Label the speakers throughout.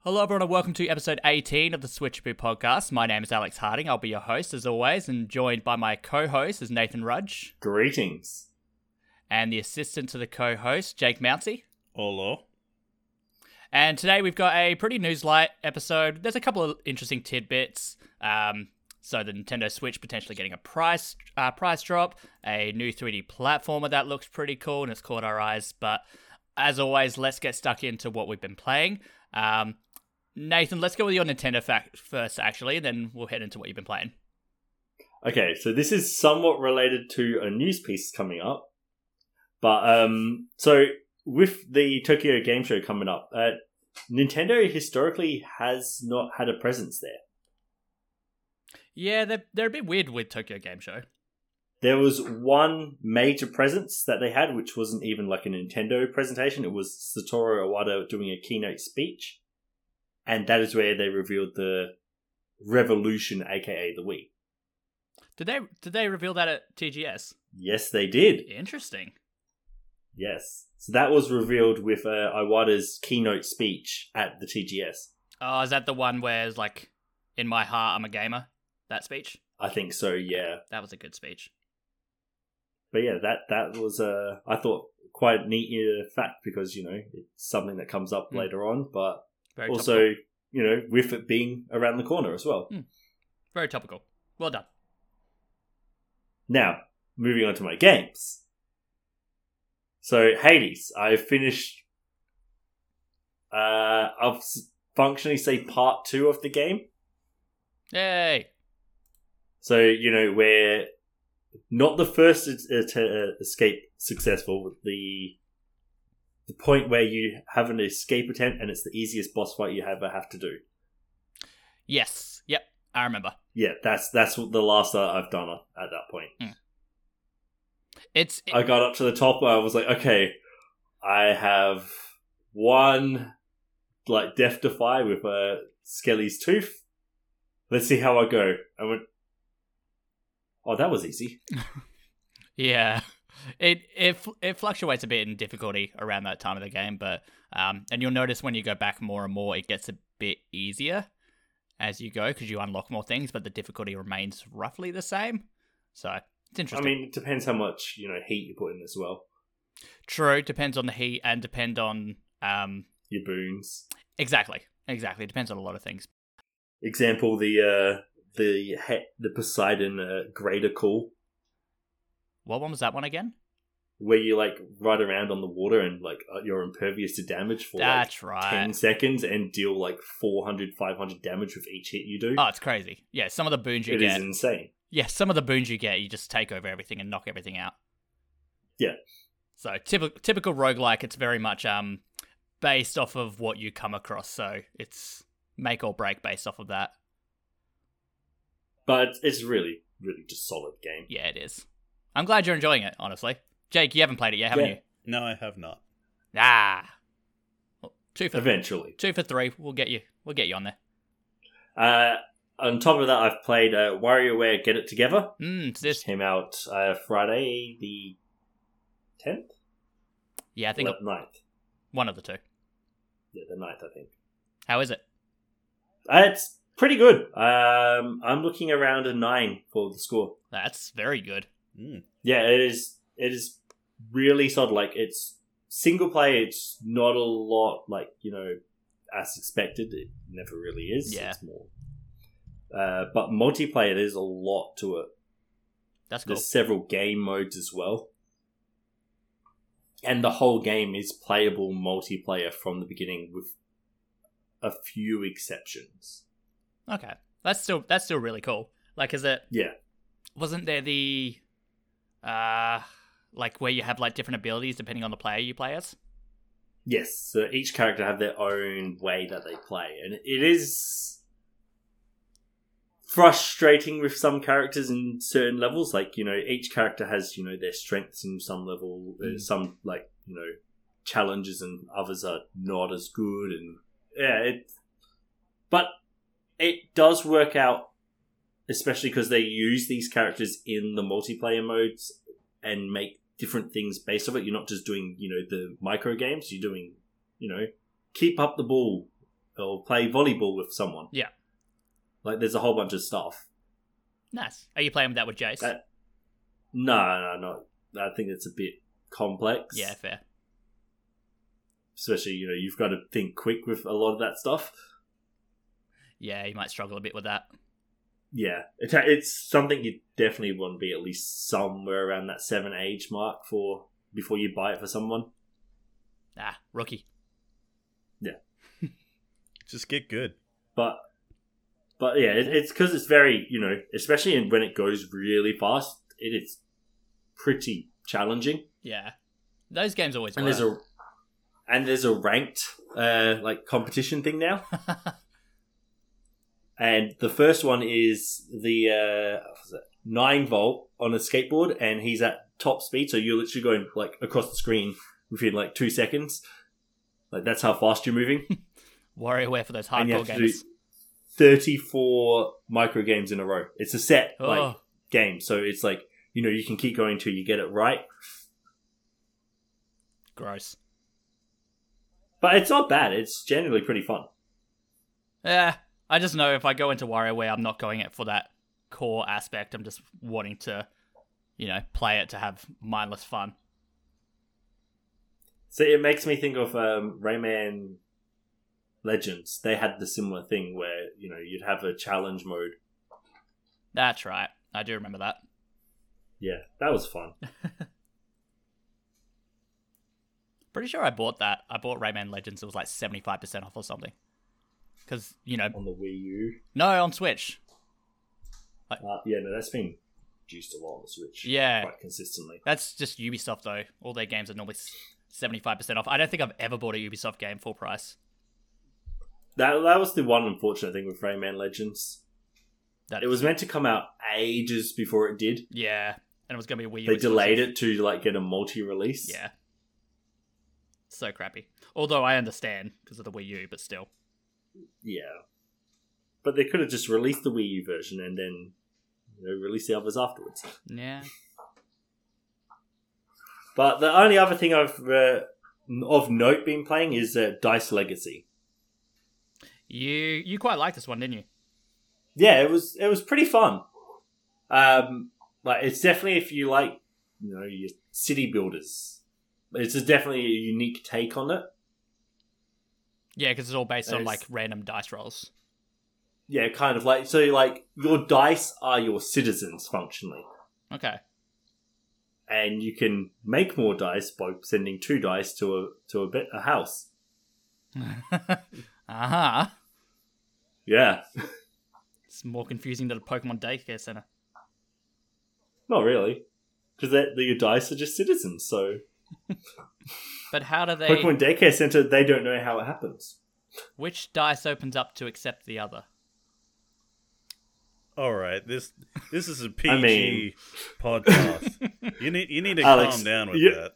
Speaker 1: Hello, everyone, and welcome to episode 18 of the Switchboo podcast. My name is Alex Harding. I'll be your host, as always, and joined by my co host, is Nathan Rudge,
Speaker 2: Greetings.
Speaker 1: and the assistant to the co host, Jake Mouncey.
Speaker 3: Hello.
Speaker 1: And today we've got a pretty newslight episode. There's a couple of interesting tidbits. Um, so the Nintendo Switch potentially getting a price uh, price drop, a new 3D platformer that looks pretty cool and it's caught our eyes. But as always, let's get stuck into what we've been playing. Um, Nathan, let's go with your Nintendo fact first, actually, and then we'll head into what you've been playing.
Speaker 2: Okay, so this is somewhat related to a news piece coming up. But um so with the Tokyo Game Show coming up, uh, Nintendo historically has not had a presence there.
Speaker 1: Yeah, they're, they're a bit weird with Tokyo Game Show.
Speaker 2: There was one major presence that they had, which wasn't even like a Nintendo presentation. It was Satoru Iwata doing a keynote speech, and that is where they revealed the Revolution, aka the Wii.
Speaker 1: Did they did they reveal that at TGS?
Speaker 2: Yes, they did.
Speaker 1: Interesting.
Speaker 2: Yes. So that was revealed with uh, Iwata's keynote speech at the TGS.
Speaker 1: Oh, is that the one where it's like, in my heart, I'm a gamer? That speech?
Speaker 2: I think so, yeah.
Speaker 1: That was a good speech.
Speaker 2: But yeah, that that was uh, I thought quite a neat uh, fact because you know it's something that comes up
Speaker 1: Mm.
Speaker 2: later on, but
Speaker 1: Very
Speaker 2: also
Speaker 1: topical.
Speaker 2: you know with it being around the corner as well.
Speaker 1: Mm. Very topical. Well done.
Speaker 2: Now moving on to my games. So Hades, I finished. Uh, I'll s- functionally say part two of the game.
Speaker 1: Yay.
Speaker 2: So you know we're not the first es- uh, to uh, escape successful. The the point where you have an escape attempt and it's the easiest boss fight you ever have to do.
Speaker 1: Yes. Yep. I remember.
Speaker 2: Yeah, that's that's what the last that I've done at at that point.
Speaker 1: It's
Speaker 2: I got up to the top where I was like, okay, I have one like death defy with a Skelly's tooth. Let's see how I go. I went. Oh, that was easy.
Speaker 1: yeah. It it fl- it fluctuates a bit in difficulty around that time of the game, but um, and you'll notice when you go back more and more, it gets a bit easier as you go because you unlock more things, but the difficulty remains roughly the same. So it's
Speaker 2: I
Speaker 1: interesting.
Speaker 2: mean, it depends how much you know heat you put in as well.
Speaker 1: True, depends on the heat and depend on um
Speaker 2: your boons.
Speaker 1: exactly exactly depends on a lot of things.
Speaker 2: Example: the uh, the he- the Poseidon uh, greater call,
Speaker 1: What one was that one again?
Speaker 2: where you like ride around on the water and like uh, you're impervious to damage for like,
Speaker 1: That's
Speaker 2: ten
Speaker 1: right.
Speaker 2: seconds and deal like 400, 500 damage with each hit you do.
Speaker 1: Oh, it's crazy. Yeah, some of the boons you
Speaker 2: It is
Speaker 1: get.
Speaker 2: insane.
Speaker 1: Yeah, some of the boons you get, you just take over everything and knock everything out.
Speaker 2: Yeah.
Speaker 1: So typical typical roguelike, it's very much um based off of what you come across. So it's make or break based off of that.
Speaker 2: But it's really, really just solid game.
Speaker 1: Yeah, it is. I'm glad you're enjoying it, honestly. Jake, you haven't played it yet, haven't
Speaker 2: Yeah.
Speaker 1: you?
Speaker 3: No, I have not.
Speaker 1: Nah. Well, two for
Speaker 2: Eventually.
Speaker 1: two for three. We'll get you. We'll get you on there.
Speaker 2: Uh, on top of that, I've played uh, WarioWare Get It Together.
Speaker 1: Mm, so
Speaker 2: This
Speaker 1: this.
Speaker 2: came out uh, Friday the 10th?
Speaker 1: Yeah, I think
Speaker 2: Or 9th.
Speaker 1: one of the two.
Speaker 2: Yeah, the 9th, I think.
Speaker 1: How is it?
Speaker 2: Uh, It's pretty good. Um, I'm looking around a nine for the score.
Speaker 1: That's very good.
Speaker 3: Mm.
Speaker 2: Yeah, it is. It is really solid. Like it's single player. It's not a lot. Like you know, as expected, it never really is.
Speaker 1: Yeah.
Speaker 2: It's more. Uh, but multiplayer, there's a lot to it.
Speaker 1: That's cool.
Speaker 2: There's several game modes as well, and the whole game is playable multiplayer from the beginning, with a few exceptions.
Speaker 1: Okay, that's still that's still really cool. Like, is it?
Speaker 2: Yeah.
Speaker 1: Wasn't there the, uh, like where you have like different abilities depending on the player you play as?
Speaker 2: Yes, so each character have their own way that they play, and it is frustrating with some characters in certain levels. Like you know, each character has you know their strengths in some level. There's some like you know challenges, and others are not as good. And yeah, it, but it does work out, especially because they use these characters in the multiplayer modes and make different things based off it. You're not just doing, you know, the micro games. You're doing, you know, keep up the ball or play volleyball with someone.
Speaker 1: Yeah.
Speaker 2: Like there's a whole bunch of stuff.
Speaker 1: Nice. Are you playing that with Jace?
Speaker 2: That- No, no, no. I think it's a bit complex.
Speaker 1: yeah, fair.
Speaker 2: Especially, you know, you've got to think quick with a lot of that stuff.
Speaker 1: Yeah, you might struggle a bit with that.
Speaker 2: Yeah. It's, it's something you definitely want to be at least somewhere around that seven age mark for before you buy it for someone.
Speaker 1: Ah, rookie.
Speaker 3: Just get good.
Speaker 2: but but yeah, it, it's because it's very you know, especially in, when it goes really fast, it is pretty challenging.
Speaker 1: Yeah. Those games always
Speaker 2: And
Speaker 1: were.
Speaker 2: there's a and there's a ranked uh, like competition thing now. And the first one is the uh, what was it? nine volt on a skateboard, and he's at top speed, so you're literally going like across the screen within like two seconds. Like that's how fast you're moving.
Speaker 1: WarioWare for those
Speaker 2: and you
Speaker 1: hardcore
Speaker 2: have to do
Speaker 1: games.
Speaker 2: 34 micro games in a row. It's a set
Speaker 1: Oh,
Speaker 2: like game, so it's like you know you can keep going till you get it right.
Speaker 1: gross.
Speaker 2: But it's not bad. It's generally pretty fun.
Speaker 1: Yeah, I just know if I go into WarioWare, I'm not going it for that core aspect. I'm just wanting to, you know, play it to have mindless fun.
Speaker 2: So it makes me think of um, Rayman Legends. They had the similar thing where you know you'd have a challenge mode.
Speaker 1: That's right. I do remember that.
Speaker 2: Yeah, that was fun.
Speaker 1: Pretty sure I bought that. I bought Rayman Legends. It was like 75% off or something. Because, you know,
Speaker 2: on the Wii U.
Speaker 1: no, on Switch.
Speaker 2: Uh, yeah, no, that's been juiced a lot on the Switch.
Speaker 1: Yeah.
Speaker 2: quite consistently.
Speaker 1: That's just Ubisoft, though. All their games are normally s- 75% off. I don't think I've ever bought a Ubisoft game full price.
Speaker 2: That that was the one unfortunate thing with Rayman Legends.
Speaker 1: That
Speaker 2: It was meant to come out ages before it did.
Speaker 1: Yeah. And it was going to be a Wii U.
Speaker 2: they delayed it to like get a multi-release.
Speaker 1: Yeah. So crappy. Although I understand because of the Wii U, but still.
Speaker 2: yeah. But they could have just released the Wii U version and then you know, release the others afterwards.
Speaker 1: Yeah.
Speaker 2: But the only other thing I've uh, of note been playing is uh, Dice Legacy.
Speaker 1: You you quite liked this one, didn't you?
Speaker 2: Yeah, it was it was pretty fun. Um, like it's definitely if you like you know your city builders, it's a definitely a unique take on it.
Speaker 1: Yeah, because it's all based on
Speaker 2: It's-
Speaker 1: like random dice rolls.
Speaker 2: Yeah, kind of like so like your dice are your citizens functionally.
Speaker 1: Okay.
Speaker 2: and you can make more dice by sending two dice to a to a, bit, a house.
Speaker 1: uh huh.
Speaker 2: Yeah,
Speaker 1: It's more confusing than a Pokemon daycare center.
Speaker 2: not really, because your dice are just citizens. So
Speaker 1: But how do they?
Speaker 2: Pokemon Daycare Center, they don't know how it happens.
Speaker 1: Which dice opens up to accept the other?
Speaker 3: All right, this this is a PG
Speaker 2: mean-
Speaker 3: podcast. you need you need to
Speaker 2: Alex,
Speaker 3: calm down with
Speaker 2: you-
Speaker 3: that.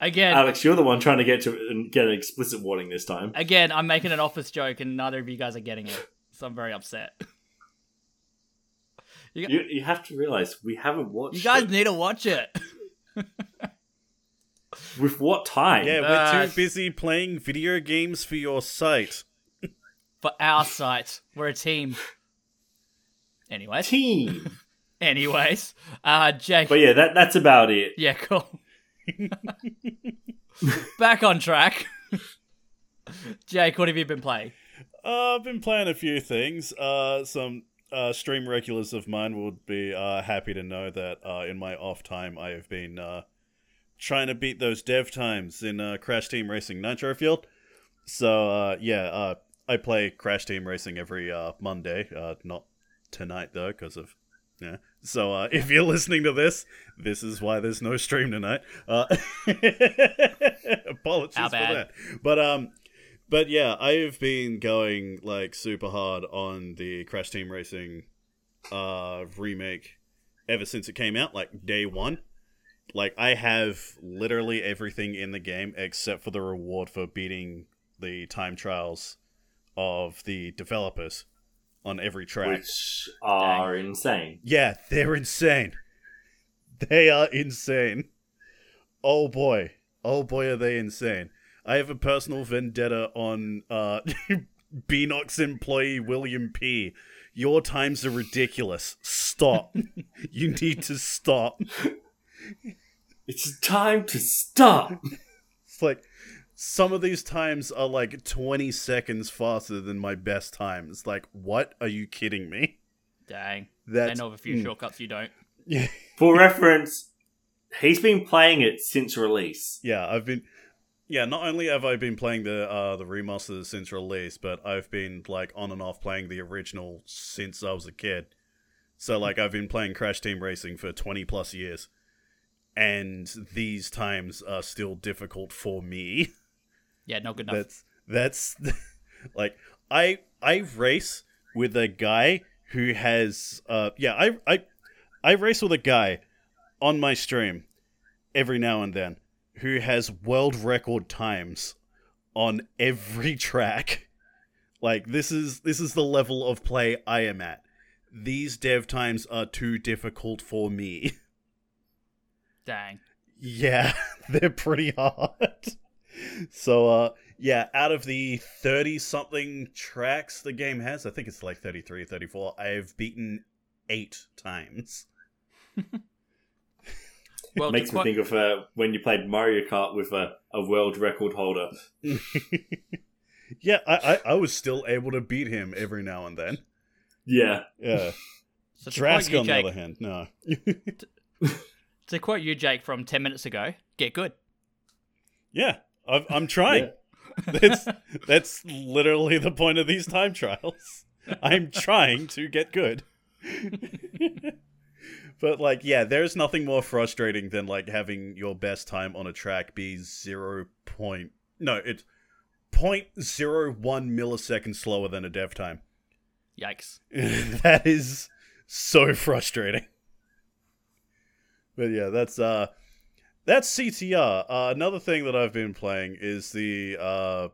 Speaker 1: Again,
Speaker 2: Alex, you're the one trying to get to and get an explicit warning this time.
Speaker 1: again, I'm making an office joke, and neither of you guys are getting it, so I'm very upset.
Speaker 2: You, you have to realize we haven't watched.
Speaker 1: You guys
Speaker 2: it.
Speaker 1: need to watch it.
Speaker 2: with what time?
Speaker 3: Yeah, we're
Speaker 1: Uh,
Speaker 3: too busy playing video games for your site.
Speaker 1: For our site, we're a team. Anyways,
Speaker 2: team.
Speaker 1: anyways, uh, Jake.
Speaker 2: but yeah, that that's about it.
Speaker 1: Yeah, cool. Back on track. Jake, what have you been playing?
Speaker 3: Uh, I've been playing a few things. Uh, some uh, stream regulars of mine would be uh, happy to know that uh, in my off time, I have been uh, trying to beat those dev times in uh, Crash Team Racing Nitro Field. So uh, yeah, uh, I play Crash Team Racing every uh, Monday. Uh, not tonight though, because of yeah. So uh, if you're listening to this, this is why there's no stream tonight. Uh, apologies
Speaker 1: Our
Speaker 3: for
Speaker 1: bad.
Speaker 3: that. But um, but yeah, I've been going like super hard on the Crash Team Racing uh remake ever since it came out, like day one. Like I have literally everything in the game except for the reward for beating the time trials of the developers on every track.
Speaker 2: Which are insane.
Speaker 3: Yeah, they're insane. They are insane. Oh boy. Oh boy, are they insane. I have a personal vendetta on uh, Beanox employee William P. Your times are ridiculous. Stop. you need to stop.
Speaker 2: It's time to stop.
Speaker 3: It's like some of these times are like 20 seconds faster than my best time. It's like, what are you kidding me?
Speaker 1: Dang.
Speaker 3: That's
Speaker 1: they know of a few
Speaker 2: hmm.
Speaker 1: shortcuts you don't.
Speaker 2: For reference, he's been playing it since release.
Speaker 3: yeah, I've been yeah, not only have I been playing the uh the remasters since release, but I've been like on and off playing the original since I was a kid. So like I've been playing Crash Team Racing for 20 plus years. And these times are still difficult for me.
Speaker 1: Yeah, not good enough.
Speaker 3: That's that's like I I race with a guy who has uh yeah, I I I race with a guy on my stream every now and then who has world record times on every track. Like this is this is the level of play I am at. These dev times are too difficult for me.
Speaker 1: Dang.
Speaker 3: Yeah, they're pretty hard. So uh yeah, out of the 30 something tracks the game has, I think it's like 33 34, I've beaten 8 times.
Speaker 1: Well, to
Speaker 2: Makes me
Speaker 1: quote-
Speaker 2: think of uh, when you played Mario Kart with a, a world record holder.
Speaker 3: Yeah, I, I I was still able to beat him every now and then.
Speaker 2: Yeah.
Speaker 3: Yeah.
Speaker 1: so to quote
Speaker 3: Drask
Speaker 1: you,
Speaker 3: on the
Speaker 1: Jake,
Speaker 3: other hand, no.
Speaker 1: to quote you, Jake, from ten minutes ago, get good.
Speaker 3: Yeah, I've, I'm trying. That's that's literally the point of these time trials. I'm trying to get good. but like, yeah, there's nothing more frustrating than like having your best time on a track be zero point. No, it's point zero one millisecond slower than a dev time.
Speaker 1: Yikes.
Speaker 3: that is so frustrating. But yeah, that's uh that's CTR. Uh, another thing that I've been playing is the uh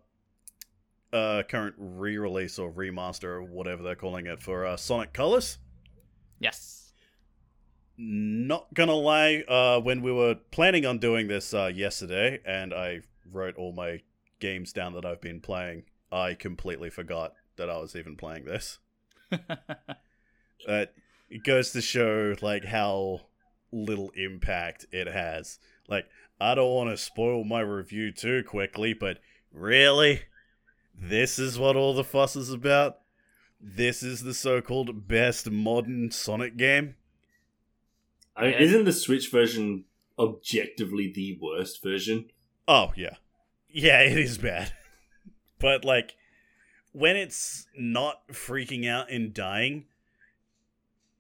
Speaker 3: uh current re-release or remaster or whatever they're calling it for uh, Sonic Colors.
Speaker 1: Yes.
Speaker 3: Not gonna lie, uh when we were planning on doing this uh yesterday and I wrote all my games down that I've been playing, I completely forgot that I was even playing this but it goes to show like how little impact it has. Like I don't want to spoil my review too quickly, but really, this is what all the fuss is about. This is the so-called best modern Sonic game.
Speaker 2: I mean,
Speaker 1: Yeah.
Speaker 2: isn't the Switch version objectively the worst version?
Speaker 3: Oh yeah, yeah, it is bad. but like, when it's not freaking out and dying,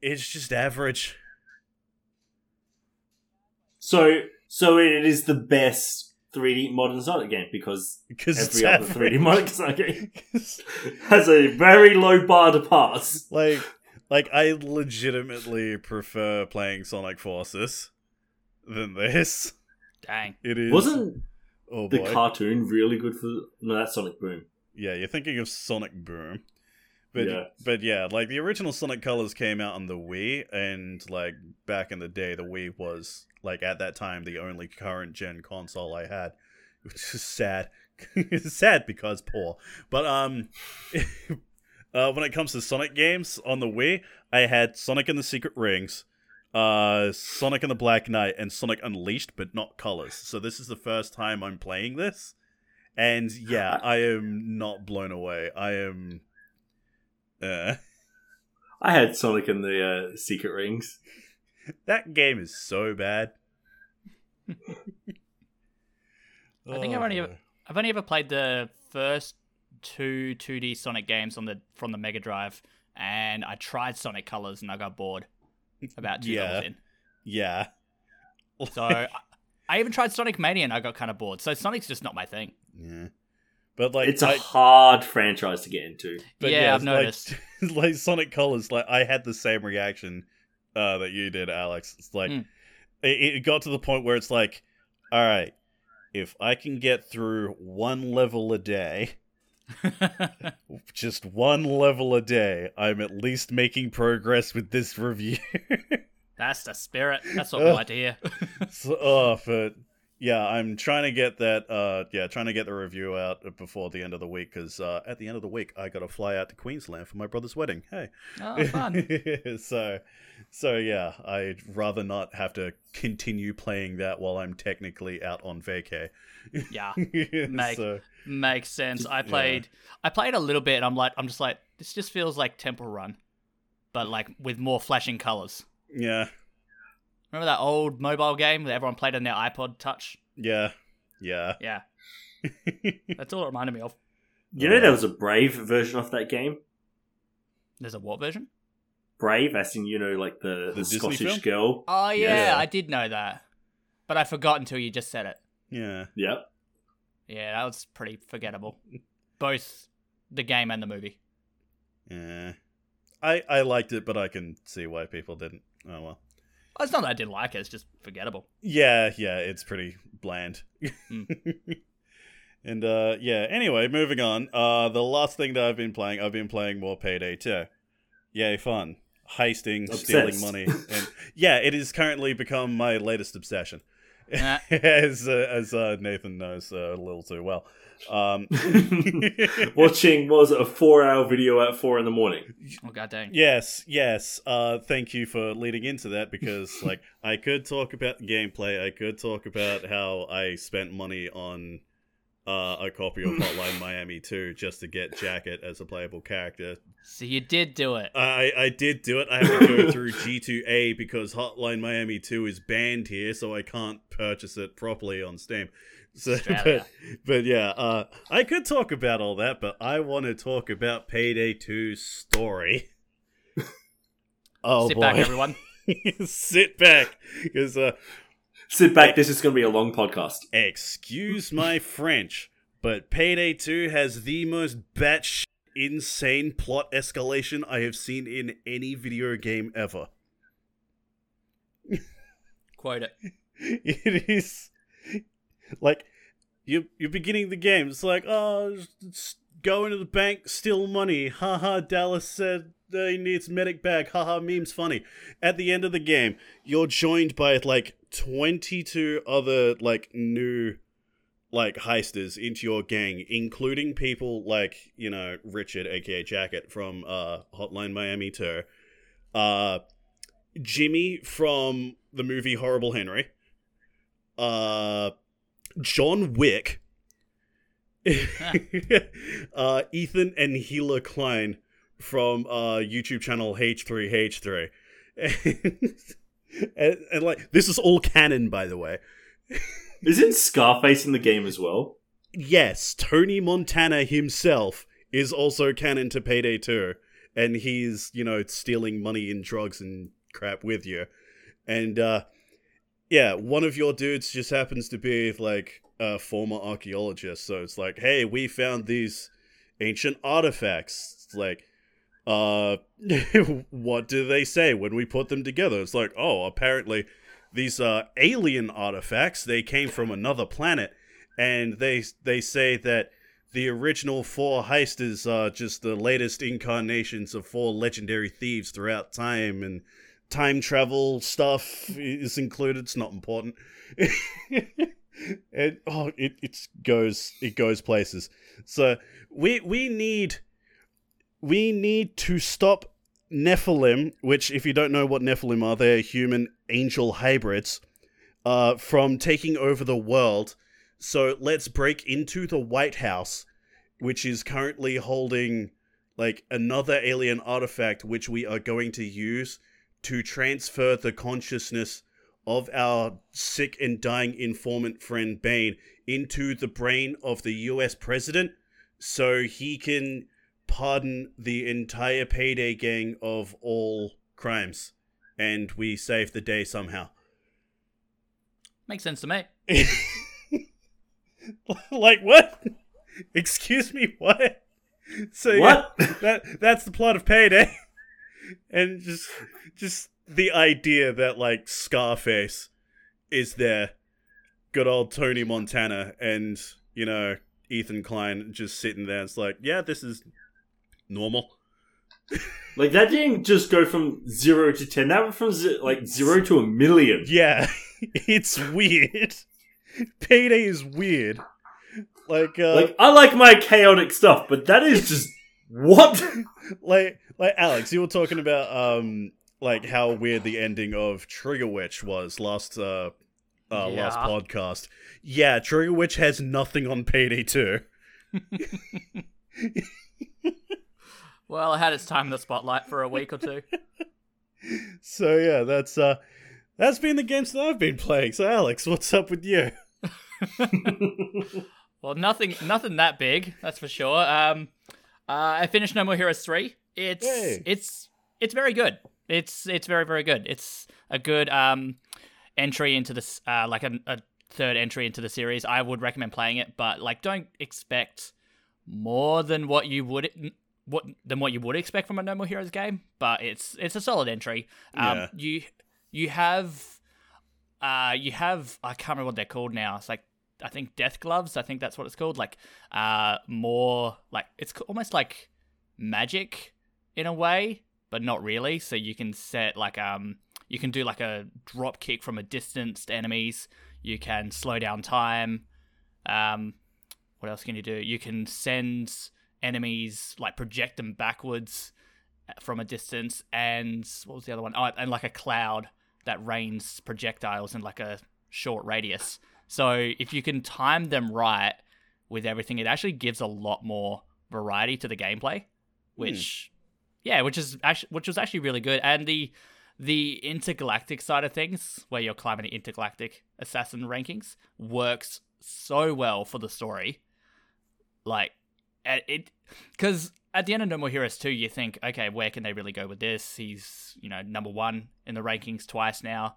Speaker 3: it's just average.
Speaker 2: So, so it is the best 3D modern Sonic game because
Speaker 3: Because it's
Speaker 2: every other
Speaker 3: average.
Speaker 2: 3D modern Sonic game has a very low bar to pass.
Speaker 3: like like I legitimately prefer playing Sonic Forces than this.
Speaker 1: Dang.
Speaker 3: It is
Speaker 2: Wasn't
Speaker 3: oh
Speaker 2: the
Speaker 3: boy.
Speaker 2: cartoon really good for? No, that's Sonic Boom.
Speaker 3: yeah, you're thinking of Sonic Boom. But
Speaker 2: Yeah.
Speaker 3: but yeah, like the original Sonic Colors came out on the Wii and like back in the day the Wii was like at that time the only current gen console I had. Which is sad. sad because poor. But um uh, when it comes to Sonic games on the Wii, I had Sonic and the Secret Rings, uh, Sonic and the Black Knight, and Sonic Unleashed, but not Colors. So this is the first time I'm playing this, and yeah, I am not blown away. I am. Uh,
Speaker 2: I had Sonic and the uh, Secret Rings.
Speaker 3: that game is so bad.
Speaker 1: I think I've only ever- I've only ever played the first two 2D Sonic games on the from the Mega Drive, and I tried Sonic Colors and I got bored about two
Speaker 3: Yeah.
Speaker 1: levels in.
Speaker 3: yeah.
Speaker 1: So I, I even tried Sonic Mania and I got kind of bored. So Sonic's just not my thing.
Speaker 3: Yeah. But like
Speaker 2: it's a
Speaker 3: I-
Speaker 2: hard franchise to get into.
Speaker 3: But
Speaker 1: yeah,
Speaker 3: yeah,
Speaker 1: I've
Speaker 3: it's like-
Speaker 1: noticed.
Speaker 3: like Sonic Colors, like I had the same reaction uh, that you did, Alex. It's like
Speaker 1: Mm.
Speaker 3: it, it got to the point where it's like, all right, if I can get through one level a day, just one level a day, I'm at least making progress with this review.
Speaker 1: That's the spirit. That's what we
Speaker 3: Ugh.
Speaker 1: like to hear.
Speaker 3: so, oh, but Yeah, I'm trying to get that. Uh, yeah, trying to get the review out before the end of the week because uh, at the end of the week I got to fly out to Queensland for my brother's wedding. Hey,
Speaker 1: Oh, fun.
Speaker 3: so, so yeah, I'd rather not have to continue playing that while I'm technically out on vacay.
Speaker 1: yeah,
Speaker 3: Make.
Speaker 1: makes sense. I
Speaker 3: Yeah.
Speaker 1: played, I played a little bit. And I'm like, I'm just like, this just feels like Temple Run, but like with more flashing colors.
Speaker 3: yeah,
Speaker 1: Remember that old mobile game that everyone played on their iPod Touch?
Speaker 3: yeah, yeah.
Speaker 1: Yeah, that's all it reminded me of.
Speaker 2: You know, there was a Brave version of that game.
Speaker 1: There's a what version?
Speaker 2: Brave, as in you know, like the, the,
Speaker 3: Disney
Speaker 2: Scottish
Speaker 3: film?
Speaker 2: girl.
Speaker 1: Oh yeah,
Speaker 2: Yeah.
Speaker 1: I did know that, but I forgot until you just said it.
Speaker 3: yeah.
Speaker 2: Yeah,
Speaker 1: Yeah, that was pretty forgettable. Both the game and the movie.
Speaker 3: Yeah. I I liked it, but I can see why people didn't. Oh well.
Speaker 1: Oh, It's not that I didn't like it; it's just forgettable.
Speaker 3: Yeah, yeah, it's pretty bland. and uh yeah, anyway, moving on. Uh the last thing that I've been playing, I've been playing more Payday 2. Yay, fun. Heisting, stealing
Speaker 2: Obsessed.
Speaker 3: money. And yeah, it has currently become my latest obsession.
Speaker 1: Nah.
Speaker 3: as uh, as uh, Nathan knows uh, a little too well. Um
Speaker 2: watching what was it a four-hour video at four in the morning.
Speaker 1: Oh god dang.
Speaker 3: Yes, yes. Uh, thank you for leading into that because, like, I could talk about the gameplay. I could talk about how I spent money on uh, a copy of Hotline Miami 2 just to get Jacket as a playable character.
Speaker 1: So you did do it.
Speaker 3: I, I did do it. I have to go through G2A because Hotline Miami 2 is banned here, so I can't purchase it properly on Steam. So,
Speaker 1: Australia.
Speaker 3: but, but yeah, uh, I could talk about all that, but I want to talk about Payday 2's story. Oh
Speaker 1: Sit
Speaker 3: boy!
Speaker 1: back, everyone.
Speaker 3: Sit back, because uh,
Speaker 2: Sit back. This is going to be a long podcast.
Speaker 3: excuse my French, but Payday 2 has the most batshit insane plot escalation I have seen in any video game ever.
Speaker 1: Quote it.
Speaker 3: it is like you you're beginning the game. It's like oh, s- go into the bank, steal money. Haha, Dallas said that he needs medic bag. Haha, memes funny. At the end of the game, you're joined by like 22 other like new like heisters into your gang, including people like you know Richard, aka Jacket from uh, Hotline Miami 2. Uh, Jimmy from the movie Horrible Henry, uh, John Wick, uh, Ethan and Gila Klein from uh, YouTube channel H3H3. And, and, and, like, this is all canon, by the way.
Speaker 2: Isn't Scarface in the game as well?
Speaker 3: Yes, Tony Montana himself is also canon to Payday 2, and he's, you know, stealing money and drugs and crap with you. And, uh, yeah, one of your dudes just happens to be, like, a former archaeologist, so it's like, hey, we found these ancient artifacts. It's like, uh, what do they say when we put them together? It's like, oh, apparently these uh, alien artifacts, they came from another planet and they they say that the original four heisters are just the latest incarnations of four legendary thieves throughout time and time travel stuff is included it's not important and oh it it goes it goes places so we we need we need to stop nephilim which if you don't know what nephilim are they're human angel hybrids uh, from taking over the world so let's break into the White House, which is currently holding like another alien artifact, which we are going to use to transfer the consciousness of our sick and dying informant friend Bane into the brain of the US president so he can pardon the entire payday gang of all crimes. And we save the day somehow.
Speaker 1: Makes sense to me.
Speaker 3: like what? Excuse me, what? So
Speaker 2: What?
Speaker 3: yeah, that that's the plot of Payday, and just just the idea that like Scarface is there, good old Tony Montana, and you know Ethan Klein just sitting there. It's like, yeah, this is normal.
Speaker 2: Like that didn't just go from zero to ten. That went from ze- like zero to a million.
Speaker 3: Yeah, it's weird. Payday is weird. Like, uh,
Speaker 2: like I like my chaotic stuff, but that is just what?
Speaker 3: like like Alex, you were talking about um like how weird the ending of Trigger Witch was last uh,
Speaker 1: Yeah.
Speaker 3: uh last podcast. Yeah, Trigger Witch has nothing on Payday 2.
Speaker 1: Well, it had its time in the spotlight for a week or two.
Speaker 3: So yeah, that's uh that's been the games that I've been playing. So Alex, what's up with you?
Speaker 1: Well, nothing, nothing that big, that's for sure. Um, uh, I finished No More Heroes three. It's
Speaker 3: Yay.
Speaker 1: it's it's very good. It's it's very very good. It's a good um entry into this uh like a, a third entry into the series. I would recommend playing it, but like don't expect more than what you would what than what you would expect from a No More Heroes game. But it's it's a solid entry. Um,
Speaker 3: Yeah.
Speaker 1: you you have uh you have I can't remember what they're called now. It's like I think death gloves. I think that's what it's called. Like uh more like it's c- almost like magic in a way, but not really. So you can set like um you can do like a drop kick from a distance to enemies. You can slow down time. Um, what else can you do? You can send enemies like project them backwards uh, from a distance, and what was the other one? Oh, and like a cloud that rains projectiles in like a short radius. So if you can time them right with everything, it actually gives a lot more variety to the gameplay, which yeah, which is actually which was actually really good. And the the intergalactic side of things, where you're climbing the intergalactic assassin rankings, works so well for the story. Like a- it, because at the end of No More Heroes two, you think, okay, where can they really go with this? He's you know number one in the rankings twice now,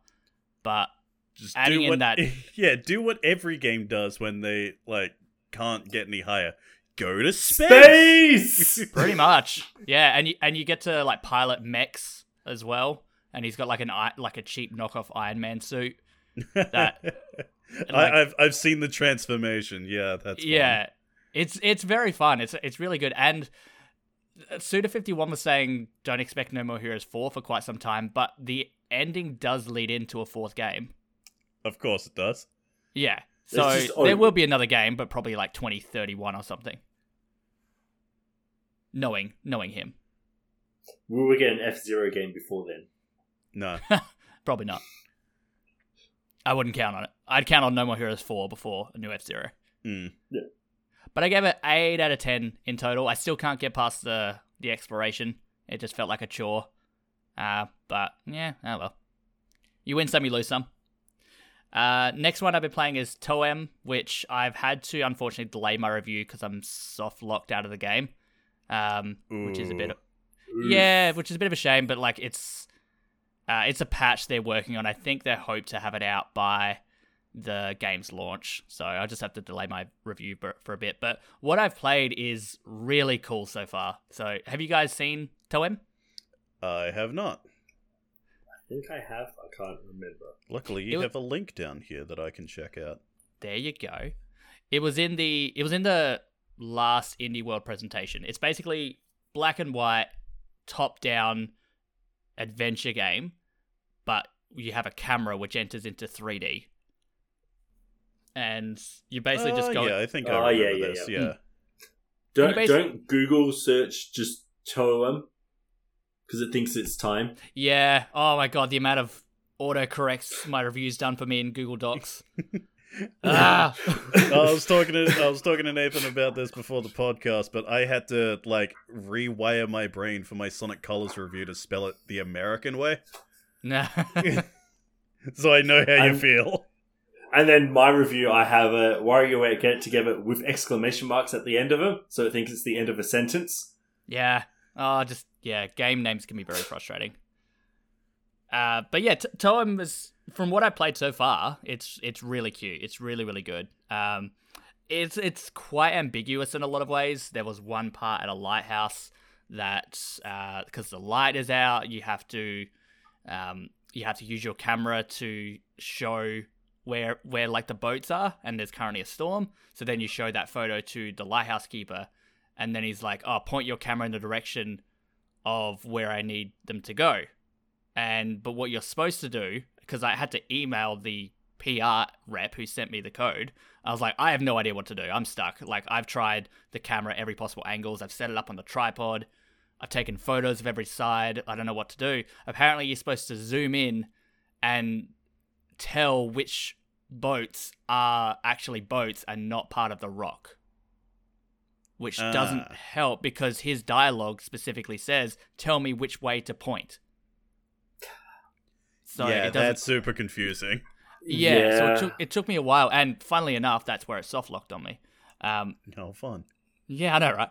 Speaker 1: but
Speaker 3: Just
Speaker 1: Adding
Speaker 3: do
Speaker 1: in
Speaker 3: what,
Speaker 1: that-
Speaker 3: Yeah, do what every game does when they like can't get any higher. Go to space.
Speaker 2: Space.
Speaker 1: pretty much yeah and you, and you get to like pilot mechs as well and he's got like an i- like a cheap knockoff iron man suit That- like-
Speaker 3: I, I've I've seen the transformation. Yeah, that's
Speaker 1: yeah it's it's very fun it's it's really good and suda 51 was saying don't expect no more heroes 4 for quite some time but the ending does lead into a fourth game
Speaker 3: Of course it does.
Speaker 1: yeah
Speaker 2: It's
Speaker 1: so
Speaker 2: just- oh.
Speaker 1: there will be another game but probably like 2031 or something knowing knowing him
Speaker 2: Will we get an F Zero game before then?
Speaker 3: No.
Speaker 1: Probably not. I wouldn't count on it. I'd count on No More Heroes 4 before a new F Zero.
Speaker 3: Mm.
Speaker 1: But I gave it 8 out of 10 in total. I still can't get past the, the exploration. It just felt like a chore. Uh, but yeah, oh well. You win some, you lose some. Uh, next one I've been playing is Toem, which I've had to unfortunately delay my review because I'm soft locked out of the game, um, which is a bit
Speaker 3: Ooh.
Speaker 1: yeah, which is a bit of a shame, but like it's uh, it's a patch they're working on. I think they hope to have it out by the game's launch, so I just have to delay my review for, for a bit. But what I've played is really cool so far. So have you guys seen Toem?
Speaker 3: I have not.
Speaker 2: I think I have. I can't remember.
Speaker 3: Luckily,
Speaker 1: It
Speaker 3: you
Speaker 1: wa-
Speaker 3: have a link down here that I can check out.
Speaker 1: There you go. It was in the it was in the last indie world presentation. It's basically black and white, top down adventure game, but you have a camera which enters into 3D, and you basically just
Speaker 3: Oh,
Speaker 1: go.
Speaker 3: Yeah, I think
Speaker 2: Oh,
Speaker 3: I
Speaker 2: yeah,
Speaker 3: remember
Speaker 2: yeah,
Speaker 3: this.
Speaker 2: yeah.
Speaker 3: Yeah.
Speaker 1: You
Speaker 2: Don't
Speaker 1: basically-
Speaker 2: don't Google search just Toem because it thinks it's time.
Speaker 1: Yeah. Oh my god, the amount of autocorrects my reviews done for me in Google Docs. ah,
Speaker 2: Um,
Speaker 3: I was talking to I was talking to Nathan about this before the podcast, but I had to like rewire my brain for my Sonic Colors review to spell it the American way,
Speaker 1: no.
Speaker 3: so I know how
Speaker 2: I'm-
Speaker 3: you feel.
Speaker 2: And then my review, I have a WarioWare get it together with exclamation marks at the end of it, so it thinks it's the end of a sentence.
Speaker 1: Yeah. Oh, just yeah. Game names can be very frustrating. Uh, but yeah, T- Toem is from what I played so far. It's it's really cute. It's really really good. Um, it's it's quite ambiguous in a lot of ways. There was one part at a lighthouse that because the light is out, you have to um, you have to use your camera to show where where like the boats are and there's currently a storm so then you show that photo to the lighthouse keeper and then he's like oh point your camera in the direction of where i need them to go and but what you're supposed to do because i had to email the PR rep who sent me the code, I was like, I have no idea what to do. I'm stuck. Like, I've tried the camera every possible angles. I've set it up on the tripod. I've taken photos of every side. I don't know what to do. Apparently, you're supposed to zoom in and tell which boats are actually boats and not part of the rock. Which
Speaker 3: Ah.
Speaker 1: doesn't help because his dialogue specifically says, Tell me which way to point. So
Speaker 3: yeah,
Speaker 1: it doesn't
Speaker 3: that's super confusing.
Speaker 1: yeah, so it took, it took me a while, and funnily enough, that's where it soft locked on me. Um,
Speaker 3: No fun.
Speaker 1: yeah, I know, right?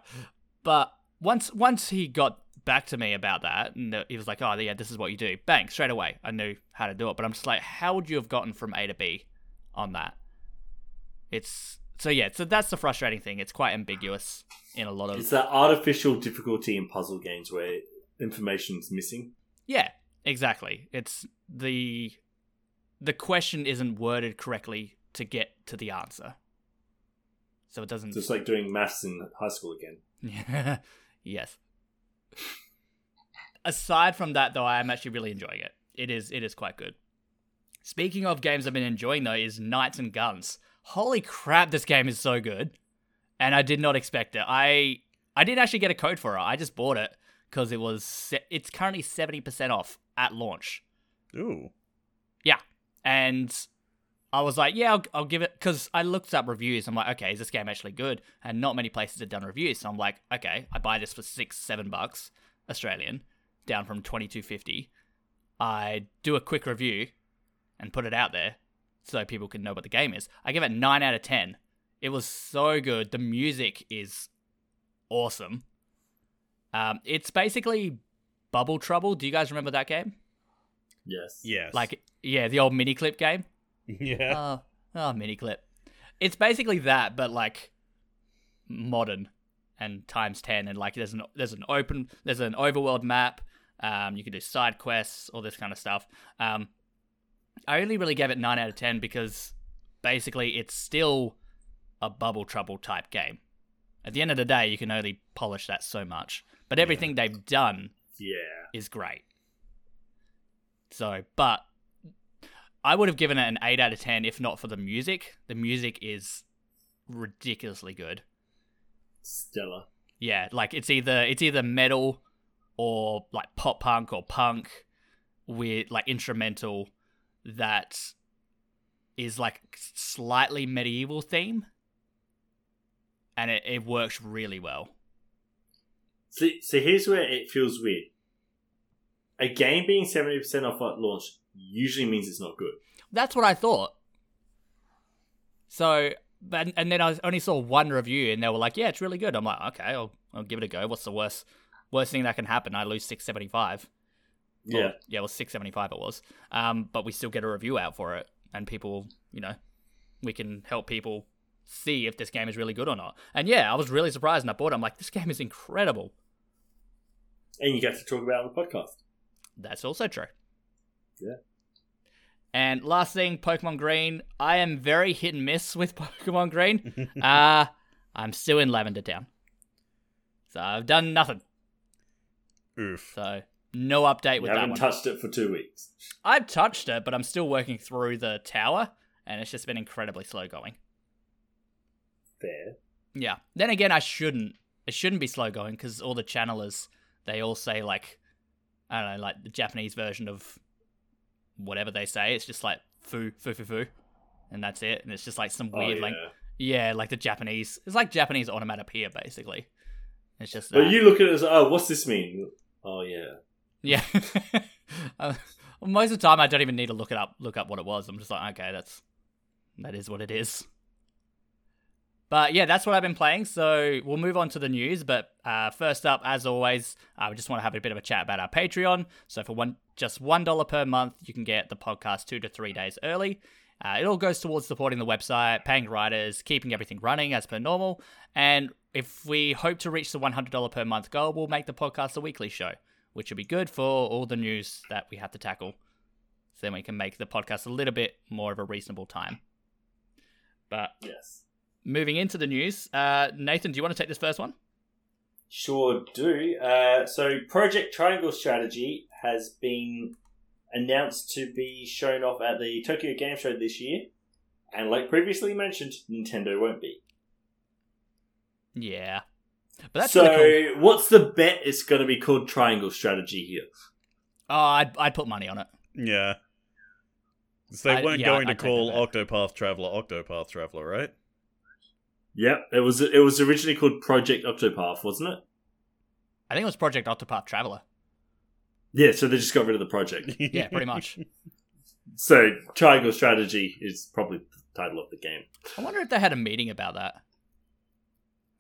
Speaker 1: But once once he got back to me about that, and the- he was like, "Oh, yeah, this is what you do." Bang, straight away, I knew how to do it. But I'm just like, how would you have gotten from A to B on that? It's so yeah, so that's the frustrating thing. It's quite ambiguous in a lot of
Speaker 2: It's that artificial difficulty in puzzle games where information's missing.
Speaker 1: Yeah, exactly. It's the the question isn't worded correctly to get to the answer. So it doesn't
Speaker 2: It's just like doing maths in high school again.
Speaker 1: yes. Aside from that, though, I am actually really enjoying it. It is it is quite good. Speaking of games I've been enjoying though, is Knights and Guns. Holy crap, this game is so good, and I did not expect it. I I didn't actually get a code for it. I just bought it because it was se- it's currently seventy percent off at launch
Speaker 3: Ooh.
Speaker 1: and I was like, yeah, I'll, I'll give it because I looked up reviews. I'm like, okay, is this game actually good? And not many places had done reviews, so I'm like, okay, I buy this for six, seven bucks Australian, down from twenty two fifty. I do a quick review and put it out there so people can know what the game is. I give it nine out of ten. It was so good. The music is awesome. Um, it's basically Bubble Trouble. Do you guys remember that game?
Speaker 2: Yes.
Speaker 3: Yes.
Speaker 1: Like, yeah, the old mini clip game.
Speaker 3: yeah.
Speaker 1: Oh, oh, mini clip. It's basically that, but like modern and times ten, and like there's an there's an open there's an overworld map. Um, you can do side quests, all this kind of stuff. Um, I only really gave it nine out of ten because basically it's still a bubble trouble type game. At the end of the day, you can only polish that so much, but everything they've done
Speaker 2: Yeah.
Speaker 1: is great. So, but I would have given it an 8 out of 10 if not for the music. The music is ridiculously good.
Speaker 2: Stella.
Speaker 1: Yeah, like it's either it's either metal or like pop punk or punk with like instrumental that is like slightly medieval theme and it, it works really well.
Speaker 2: So, so here's where it feels weird. A game being 70% off at launch usually means it's not good.
Speaker 1: That's what I thought. So, and, and then I only saw one review, and they were like, "Yeah, it's really good." I'm like, "Okay, I'll, I'll give it a go." What's the worst worst thing that can happen? I lose six seventy five.
Speaker 2: Yeah.
Speaker 1: yeah, it was six seventy five. It was, um, but we still get a review out for it, and people, you know, we can help people see if this game is really good or not. And yeah, I was really surprised, and I bought it. I'm like, "This game is incredible."
Speaker 2: And you get to talk about it on the podcast.
Speaker 1: That's also true.
Speaker 2: Yeah.
Speaker 1: And last thing, Pokemon Green. I am very hit and miss with Pokemon Green. uh I'm still in Lavender Town. So I've done nothing. uh,
Speaker 3: Oof.
Speaker 1: So no update
Speaker 2: You
Speaker 1: with that
Speaker 2: haven't
Speaker 1: one.
Speaker 2: touched it for two weeks.
Speaker 1: I've touched it, but I'm still working through the tower, and it's just been incredibly slow going.
Speaker 2: Fair.
Speaker 1: Yeah. Then again, I shouldn't. It shouldn't be slow going because all the channelers, they all say like, I don't know, like the Japanese version of whatever they say. It's just like foo foo foo foo, and that's it. And it's just like some
Speaker 2: Oh,
Speaker 1: weird
Speaker 2: yeah.
Speaker 1: like uh, yeah, like the Japanese. It's like Japanese onomatopoeia basically. It's just uh,
Speaker 2: But
Speaker 1: that.
Speaker 2: you look at it as, oh, what's this mean? Oh, yeah.
Speaker 1: yeah. Uh, most of the time, I don't even need to look it up. Look up what it was. I'm just like, okay, that's that is what it is. But yeah, that's what I've been playing. So we'll move on to the news. But uh, first up, as always, I just want to have a bit of a chat about our Patreon. So for one, just one dollar per month, you can get the podcast two to three days early. Uh, it all goes towards supporting the website, paying writers, keeping everything running as per normal. And if we hope to reach the one hundred dollar per month goal, we'll make the podcast a weekly show, which will be good for all the news that we have to tackle. So then we can make the podcast a little bit more of a reasonable time. But
Speaker 2: Yes.
Speaker 1: moving into the news, uh, Nathan, do you want to take this first one?
Speaker 2: Sure do. Uh, so, Project Triangle Strategy has been announced to be shown off at the Tokyo Game Show this year, and like previously mentioned, Nintendo won't be.
Speaker 1: Yeah. But that's
Speaker 2: so,
Speaker 1: really cool.
Speaker 2: what's the bet? It's going to be called Triangle Strategy here.
Speaker 1: Oh, I'd, I'd put money on it.
Speaker 3: Yeah. 'Cause they
Speaker 1: I-
Speaker 3: weren't
Speaker 1: yeah,
Speaker 3: going
Speaker 1: I-
Speaker 3: to
Speaker 1: I take
Speaker 3: call
Speaker 1: that
Speaker 3: Octopath Traveler Octopath Traveler, right?
Speaker 2: Yep, it was it was originally called Project Octopath, wasn't it?
Speaker 1: I think it was Project Octopath Traveler.
Speaker 2: Yeah, so they just got rid of the project.
Speaker 1: Yeah, pretty much.
Speaker 2: So Triangle Strategy is probably the title of the game.
Speaker 1: I wonder if they had a meeting about that. I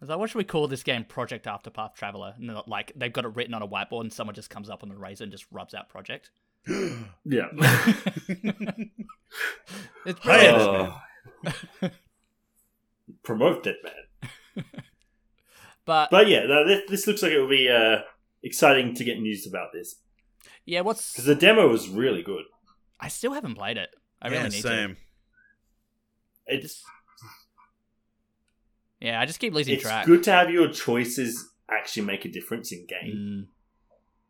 Speaker 1: was like, what should we call this game? Project Afterpath Traveler. And they're not- like they've got it written on a whiteboard, and someone just comes up on the razor and just rubs out Project.
Speaker 2: Yeah.
Speaker 1: it's
Speaker 3: Hi,
Speaker 1: brilliant.
Speaker 2: Oh. Promote that man.
Speaker 1: But
Speaker 2: But yeah, no, this, this looks like it will be uh, exciting to get news about this
Speaker 1: yeah,
Speaker 2: because
Speaker 1: what's
Speaker 2: the demo was really good.
Speaker 1: I still haven't played it. I really
Speaker 3: yeah,
Speaker 1: need to.
Speaker 3: same.
Speaker 2: It's
Speaker 1: Yeah, I just keep losing
Speaker 2: it's
Speaker 1: track.
Speaker 2: good to have your choices actually make a difference in game
Speaker 1: Mm,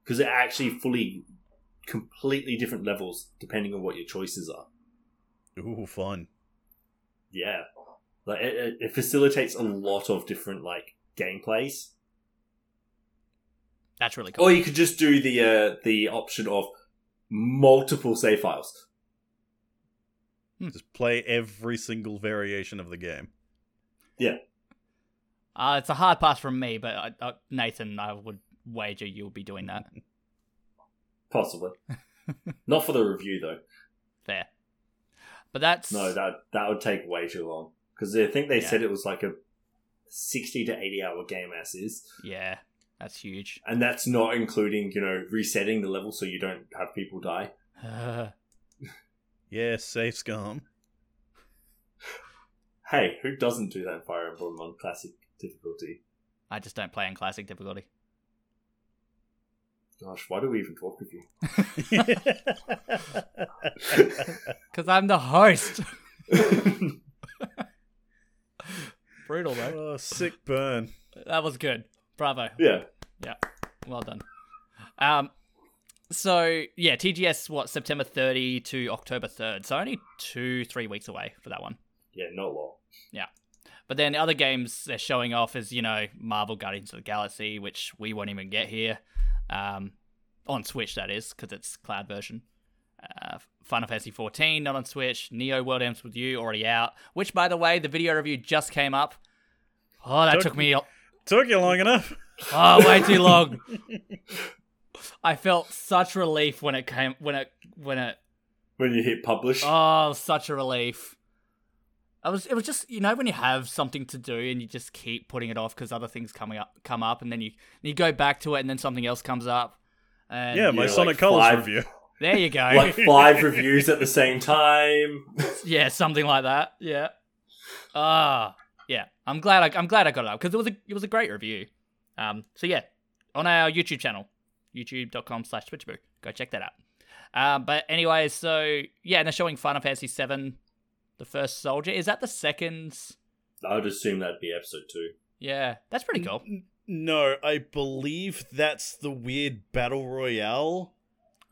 Speaker 2: because they're actually fully, completely different levels depending on what your choices are.
Speaker 3: Ooh, fun.
Speaker 2: Yeah, like it, it- it facilitates a lot of different like gameplays.
Speaker 1: that's really cool.
Speaker 2: Or you could just do the uh, the option of multiple save files.
Speaker 1: Hmm.
Speaker 3: Just play every single variation of the game.
Speaker 1: Uh, it's a hard pass from me, but I, uh, Nathan, I would wager you'll be doing that.
Speaker 2: Possibly. Not for the review though.
Speaker 1: Fair. But that's
Speaker 2: No, that that would take way too long because I think they
Speaker 1: Yeah.
Speaker 2: said it was like a sixty to eighty hour game as is,
Speaker 1: yeah, that's huge.
Speaker 2: and that's not including you know resetting the level so you don't have people die.
Speaker 3: Yeah, safe scum.
Speaker 2: Hey, who doesn't do that in Fire Emblem on classic difficulty?
Speaker 1: I just don't play on classic difficulty.
Speaker 2: Gosh, why do we even talk with you?
Speaker 1: Because I'm the host. Brutal, though.
Speaker 3: oh, sick burn.
Speaker 1: That was good. Bravo.
Speaker 2: yeah,
Speaker 1: Well done. Um, so, yeah, TGS, what, September 30 to October 3rd. So only two, three weeks away for that one.
Speaker 2: yeah, not long.
Speaker 1: But then the other games they're showing off is, you know, Marvel Guardians of the Galaxy, which we won't even get here. Um, on Switch, that is, because it's cloud version. Uh, Final Fantasy 14, not on Switch. Neo World Ends With You, already out. Which, by the way, the video review just came up. Oh, that
Speaker 3: Don't-
Speaker 1: took me
Speaker 3: Took you long enough.
Speaker 1: oh, way too long. I felt such relief when it came, when it, when it
Speaker 2: When you hit publish,
Speaker 1: Oh, such a relief. I was. It was just you know when you have something to do and you just keep putting it off because other things coming up come up and then you you go back to it and then something else comes up. And
Speaker 3: yeah, my
Speaker 2: you're
Speaker 3: Sonic
Speaker 2: like
Speaker 3: Colors
Speaker 2: five.
Speaker 3: review.
Speaker 1: there you go.
Speaker 2: like five reviews at the same time.
Speaker 1: yeah, something like that. Yeah. Ah, yeah. I'm glad. I, I'm glad I got it up because it was a it was a great review. Um. So yeah, on our YouTube channel, youtube.com/slash switchboo. Go check that out. Um. But anyway, so yeah, and they're showing Final Fantasy VII, the first soldier. Is that the second?
Speaker 2: I would assume that'd be episode two.
Speaker 1: Yeah, that's pretty cool.
Speaker 3: N- No, I believe that's the weird battle royale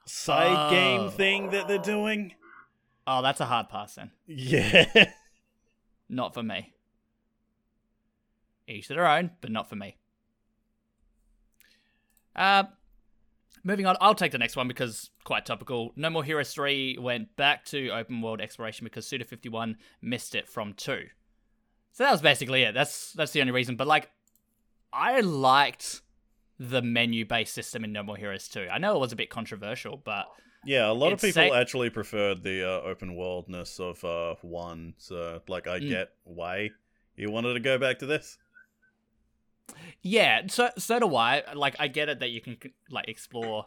Speaker 3: side
Speaker 1: Oh.
Speaker 3: game thing that they're doing.
Speaker 1: Oh, that's a hard pass then.
Speaker 3: Yeah.
Speaker 1: Not for me. Each to their own, but not for me. Uh, moving on, I'll take the next one because quite topical. No More Heroes 3 went back to open world exploration because Suda51 missed it from 2. So that was basically it. That's that's the only reason. But like I liked the menu based system in No More Heroes 2. I know it was a bit controversial, but
Speaker 3: Yeah, a lot
Speaker 1: It's
Speaker 3: of people
Speaker 1: sa-
Speaker 3: actually preferred the uh, open worldness of uh, one. So, like, I
Speaker 1: Mm.
Speaker 3: get why you wanted to go back to this.
Speaker 1: Yeah, so so do I. Like I get it that you can like explore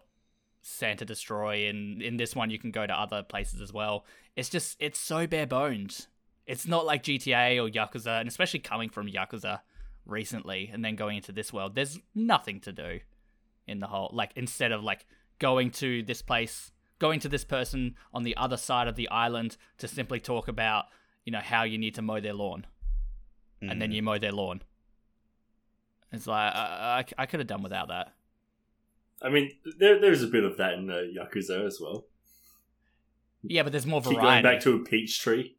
Speaker 1: Santa Destroy and in this one you can go to other places as well. It's just it's so bare bones. It's not like GTA or Yakuza, and especially coming from Yakuza recently and then going into this world, there's nothing to do in the whole like instead of like going to this place, going to this person on the other side of the island to simply talk about, you know, how you need to mow their lawn and then
Speaker 3: Mm.
Speaker 1: you mow their lawn. It's like I, I, I could have done without that.
Speaker 2: I mean, there there's a bit of that in uh, Yakuza as well.
Speaker 1: Yeah, but there's more
Speaker 2: Keep
Speaker 1: variety.
Speaker 2: going back to a peach tree.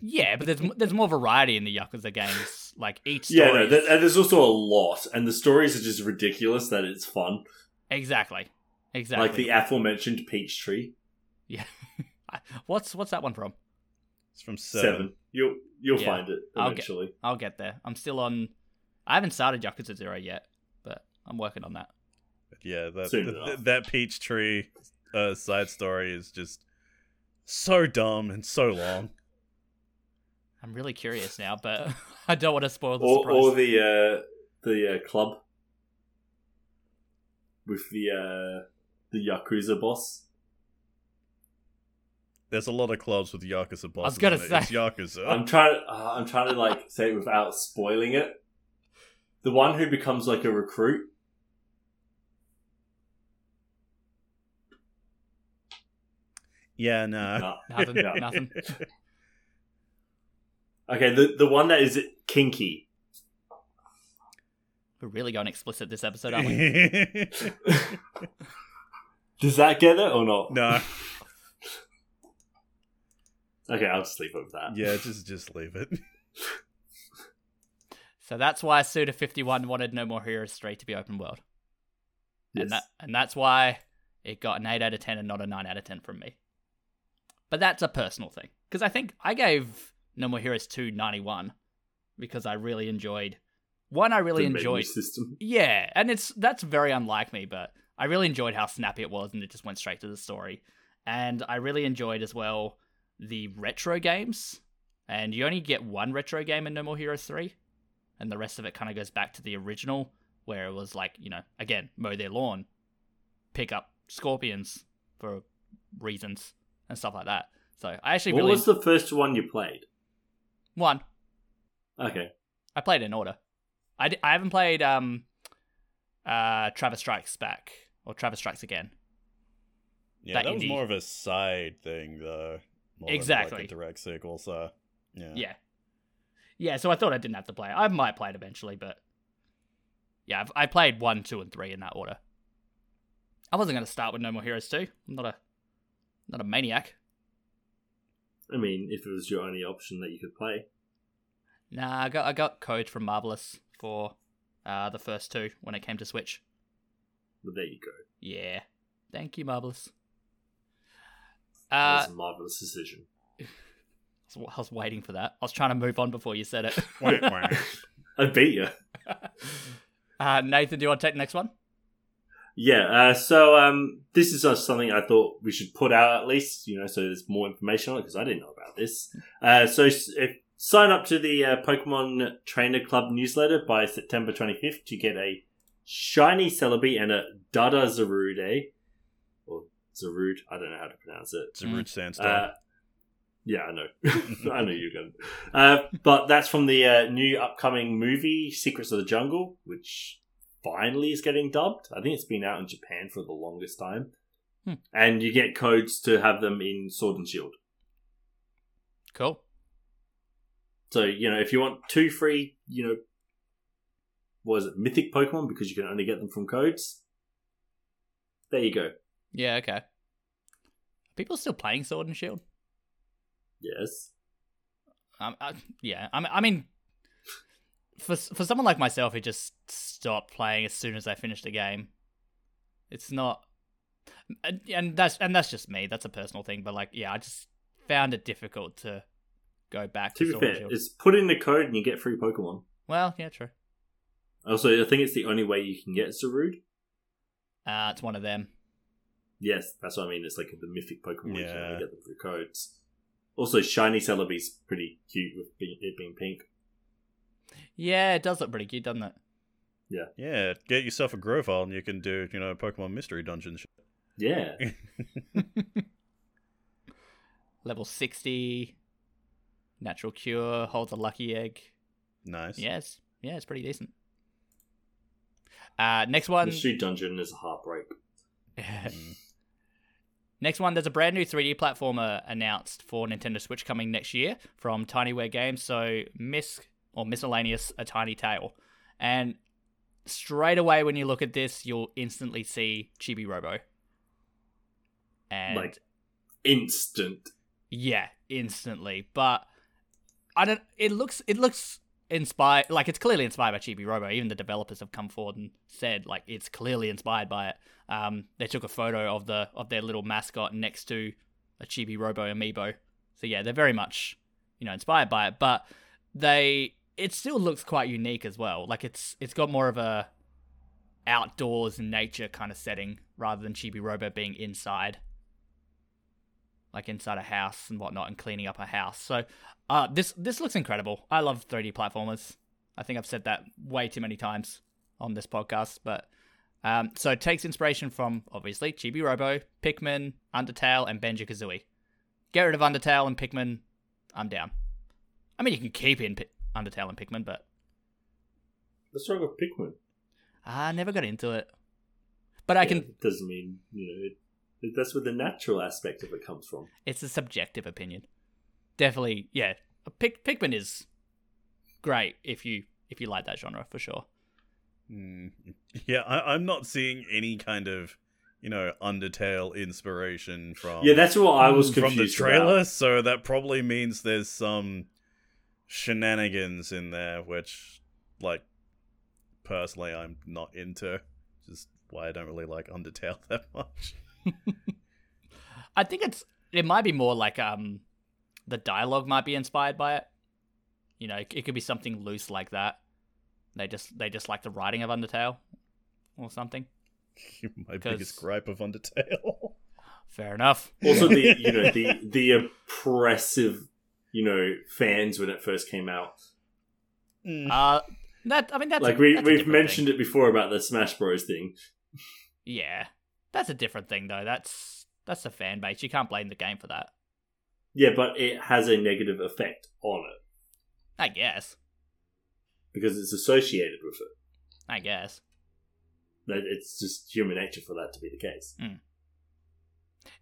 Speaker 1: yeah, but there's there's more variety in the Yakuza games. Like each story.
Speaker 2: Yeah, no,
Speaker 1: is-
Speaker 2: th- and there's also a lot, and the stories are just ridiculous that it's fun.
Speaker 1: exactly, exactly.
Speaker 2: Like the aforementioned peach tree.
Speaker 1: what's what's that one from?
Speaker 3: It's from seven.
Speaker 2: Seven. You'll you'll
Speaker 1: Yeah.
Speaker 2: find it
Speaker 1: I'll get-
Speaker 2: eventually.
Speaker 1: I'll get there. I'm still on. I haven't started Yakuza Zero yet, but I'm working on that.
Speaker 3: Yeah, that
Speaker 2: Soon
Speaker 3: th- th-
Speaker 2: enough.
Speaker 3: that peach tree uh, side story is just so dumb and so long.
Speaker 1: I'm really curious now, but I don't want to spoil the
Speaker 2: Or,
Speaker 1: surprise.
Speaker 2: or the uh, the uh, club with the uh, the yakuza boss.
Speaker 3: There's a lot of clubs with Yakuza bosses.
Speaker 1: gonna
Speaker 3: in it.
Speaker 1: say.
Speaker 3: it's Yakuza.
Speaker 2: I'm trying. To, uh, I'm trying to like say it without spoiling it. The one who becomes like a recruit.
Speaker 3: yeah, no.
Speaker 2: Nah.
Speaker 1: nothing, nothing.
Speaker 2: Okay, the the one that is kinky.
Speaker 1: We're really going explicit this episode, aren't we?
Speaker 3: no.
Speaker 2: Does that get it or not? Okay, I'll just leave it with that.
Speaker 3: Yeah, just just leave it.
Speaker 1: so that's why Suda Fifty One wanted No More Heroes Three to be open world,
Speaker 2: Yes.
Speaker 1: and that and that's why it got an eight out of ten and not a nine out of ten from me. But that's a personal thing because I think I gave No More Heroes Two 91 because I really enjoyed one. I really
Speaker 2: The menu
Speaker 1: enjoyed
Speaker 2: system.
Speaker 1: Yeah, and it's that's very unlike me, but I really enjoyed how snappy it was and it just went straight to the story. And I really enjoyed as well the retro games. And you only get one retro game in No More Heroes 3, and the rest of it kind of goes back to the original where it was like, you know, again, mow their lawn, pick up scorpions for reasons and stuff like that. So, I actually
Speaker 2: What
Speaker 1: really
Speaker 2: was the first one you played?
Speaker 1: one
Speaker 2: Okay,
Speaker 1: I played in order. I, d- I haven't played um, uh, Travis Strikes Back or Travis Strikes Again.
Speaker 3: Yeah,
Speaker 1: That
Speaker 3: that, was
Speaker 1: indie-
Speaker 3: more of a side thing though. more than, like, a
Speaker 1: Exactly.
Speaker 3: direct sequel, so yeah.
Speaker 1: Yeah. yeah. so I thought I didn't have to play it. I might play it eventually, but yeah, I've, I played 1, 2, and 3 in that order. I wasn't going to start with No More Heroes 2. I'm not a, not a maniac.
Speaker 2: I mean, if it was your only option that you could play,
Speaker 1: Nah, I got, I got code from Marvelous for uh, the first two when it came to Switch.
Speaker 2: well, there you go.
Speaker 1: Yeah. Thank you, Marvelous.
Speaker 2: That
Speaker 1: Uh,
Speaker 2: was a marvelous decision.
Speaker 1: I was- I was waiting for that. I was trying to move on before you said it.
Speaker 3: Wah, wah.
Speaker 2: I beat you.
Speaker 1: uh, Nathan, do you want to take the next one?
Speaker 2: Yeah, uh, so um, this is just something I thought we should put out at least, you know, so there's more information on it because I didn't know about this. Uh, so s- if, sign up to the uh, Pokemon Trainer Club newsletter by September 25th to get a shiny Celebi and a Dada Zarude, or Zarude, I don't know how to pronounce it.
Speaker 3: It's a rude sandstorm.
Speaker 2: Uh, yeah, I know. I know you're going. Uh, but that's from the uh, new upcoming movie Secrets of the Jungle, which finally is getting dubbed. I think it's been out in Japan for the longest time.
Speaker 1: Hmm.
Speaker 2: And you get codes to have them in Sword and Shield.
Speaker 1: Cool.
Speaker 2: So you know, if you want two free, you know, what is it, mythic Pokemon because you can only get them from codes. There you go.
Speaker 1: Yeah, okay. Are people still playing Sword and Shield?
Speaker 2: Yes.
Speaker 1: Um, I, yeah, I mean, I mean, for s- for someone like myself who just stopped playing as soon as I finished the game, it's not, and, and that's and that's just me. That's a personal thing, but like, yeah, I just found it difficult to go back to,
Speaker 2: To be
Speaker 1: Sword and
Speaker 2: fair,
Speaker 1: Shield.
Speaker 2: it's put in the code and you get free Pokemon.
Speaker 1: Well, yeah, true.
Speaker 2: Also, I think it's the only way you can get Zarude.
Speaker 1: Uh, it's one of them.
Speaker 2: Yes, that's what I mean. It's like the mythic Pokemon. You can
Speaker 3: Yeah.
Speaker 2: only get them through codes. Also, shiny Celebi's pretty cute with being, it being pink.
Speaker 1: Yeah, it does look pretty cute, doesn't it?
Speaker 3: yeah, get yourself a Grovile and you can do, you know, Pokemon Mystery Dungeon shit.
Speaker 2: Yeah,
Speaker 1: Level sixty, natural cure holds a lucky egg.
Speaker 3: Nice.
Speaker 1: Yes. Yeah, it's pretty decent. Uh, next one.
Speaker 2: the Shoe Dungeon is a heartbreak.
Speaker 3: Mm.
Speaker 1: next one. There's a brand new 3D platformer announced for Nintendo Switch coming next year from Tinyware Games. So Misc or Miscellaneous: A Tiny Tale, and straight away when you look at this, you'll instantly see Chibi Robo. And
Speaker 2: Like, instant.
Speaker 1: Yeah, instantly. But I don't. It looks. It looks inspired. Like it's clearly inspired by Chibi Robo. Even the developers have come forward and said like it's clearly inspired by it. Um, they took a photo of the of their little mascot next to a Chibi Robo amiibo. So yeah, they're very much you know inspired by it. But they it still looks quite unique as well. Like it's it's got more of a outdoors nature kind of setting rather than Chibi Robo being inside like inside a house and whatnot and cleaning up a house. So uh, this this looks incredible. I love 3D platformers. I think I've said that way too many times on this podcast, but um, so it takes inspiration from obviously Chibi Robo, Pikmin, Undertale, and Benji Kazooie. Get rid of Undertale and Pikmin. I'm down. I mean, you can keep in Pi- Undertale and Pikmin, but
Speaker 2: What's wrong with Pikmin?
Speaker 1: I uh, never got into it. But I can.
Speaker 2: It doesn't mean you know. It, it- that's where the natural aspect of it comes from.
Speaker 1: It's a subjective opinion. Definitely, yeah. Pik- Pikmin is great if you if you like that genre for sure.
Speaker 3: Mm. Yeah, I, I'm not seeing any kind of, you know, Undertale inspiration
Speaker 1: Oh.
Speaker 3: from
Speaker 2: yeah, that's what I was
Speaker 3: from
Speaker 2: confused
Speaker 3: the
Speaker 2: about.
Speaker 3: trailer. So that probably means there's some shenanigans in there, which, like, personally, I'm not into. Just why I don't really like Undertale that much.
Speaker 1: I think it's it might be more like um the dialogue might be inspired by it. You know, it, it could be something loose like that. They just they just like the writing of Undertale or something.
Speaker 3: My
Speaker 1: 'Cause-
Speaker 3: biggest gripe of Undertale.
Speaker 1: Fair enough.
Speaker 2: Also, the you know the the oppressive you know fans when it first came out.
Speaker 3: Mm.
Speaker 1: Uh that I mean that's a-
Speaker 2: like we
Speaker 1: that's a
Speaker 2: we've
Speaker 1: different
Speaker 2: mentioned
Speaker 1: thing.
Speaker 2: it before about the Smash Bros thing.
Speaker 1: Yeah. That's a different thing though. That's that's a fan base. You can't blame the game for that.
Speaker 2: Yeah, but it has a negative effect on it
Speaker 1: I guess.
Speaker 2: because it's associated with it.
Speaker 1: I guess.
Speaker 2: That- It's just human nature for that to be the case.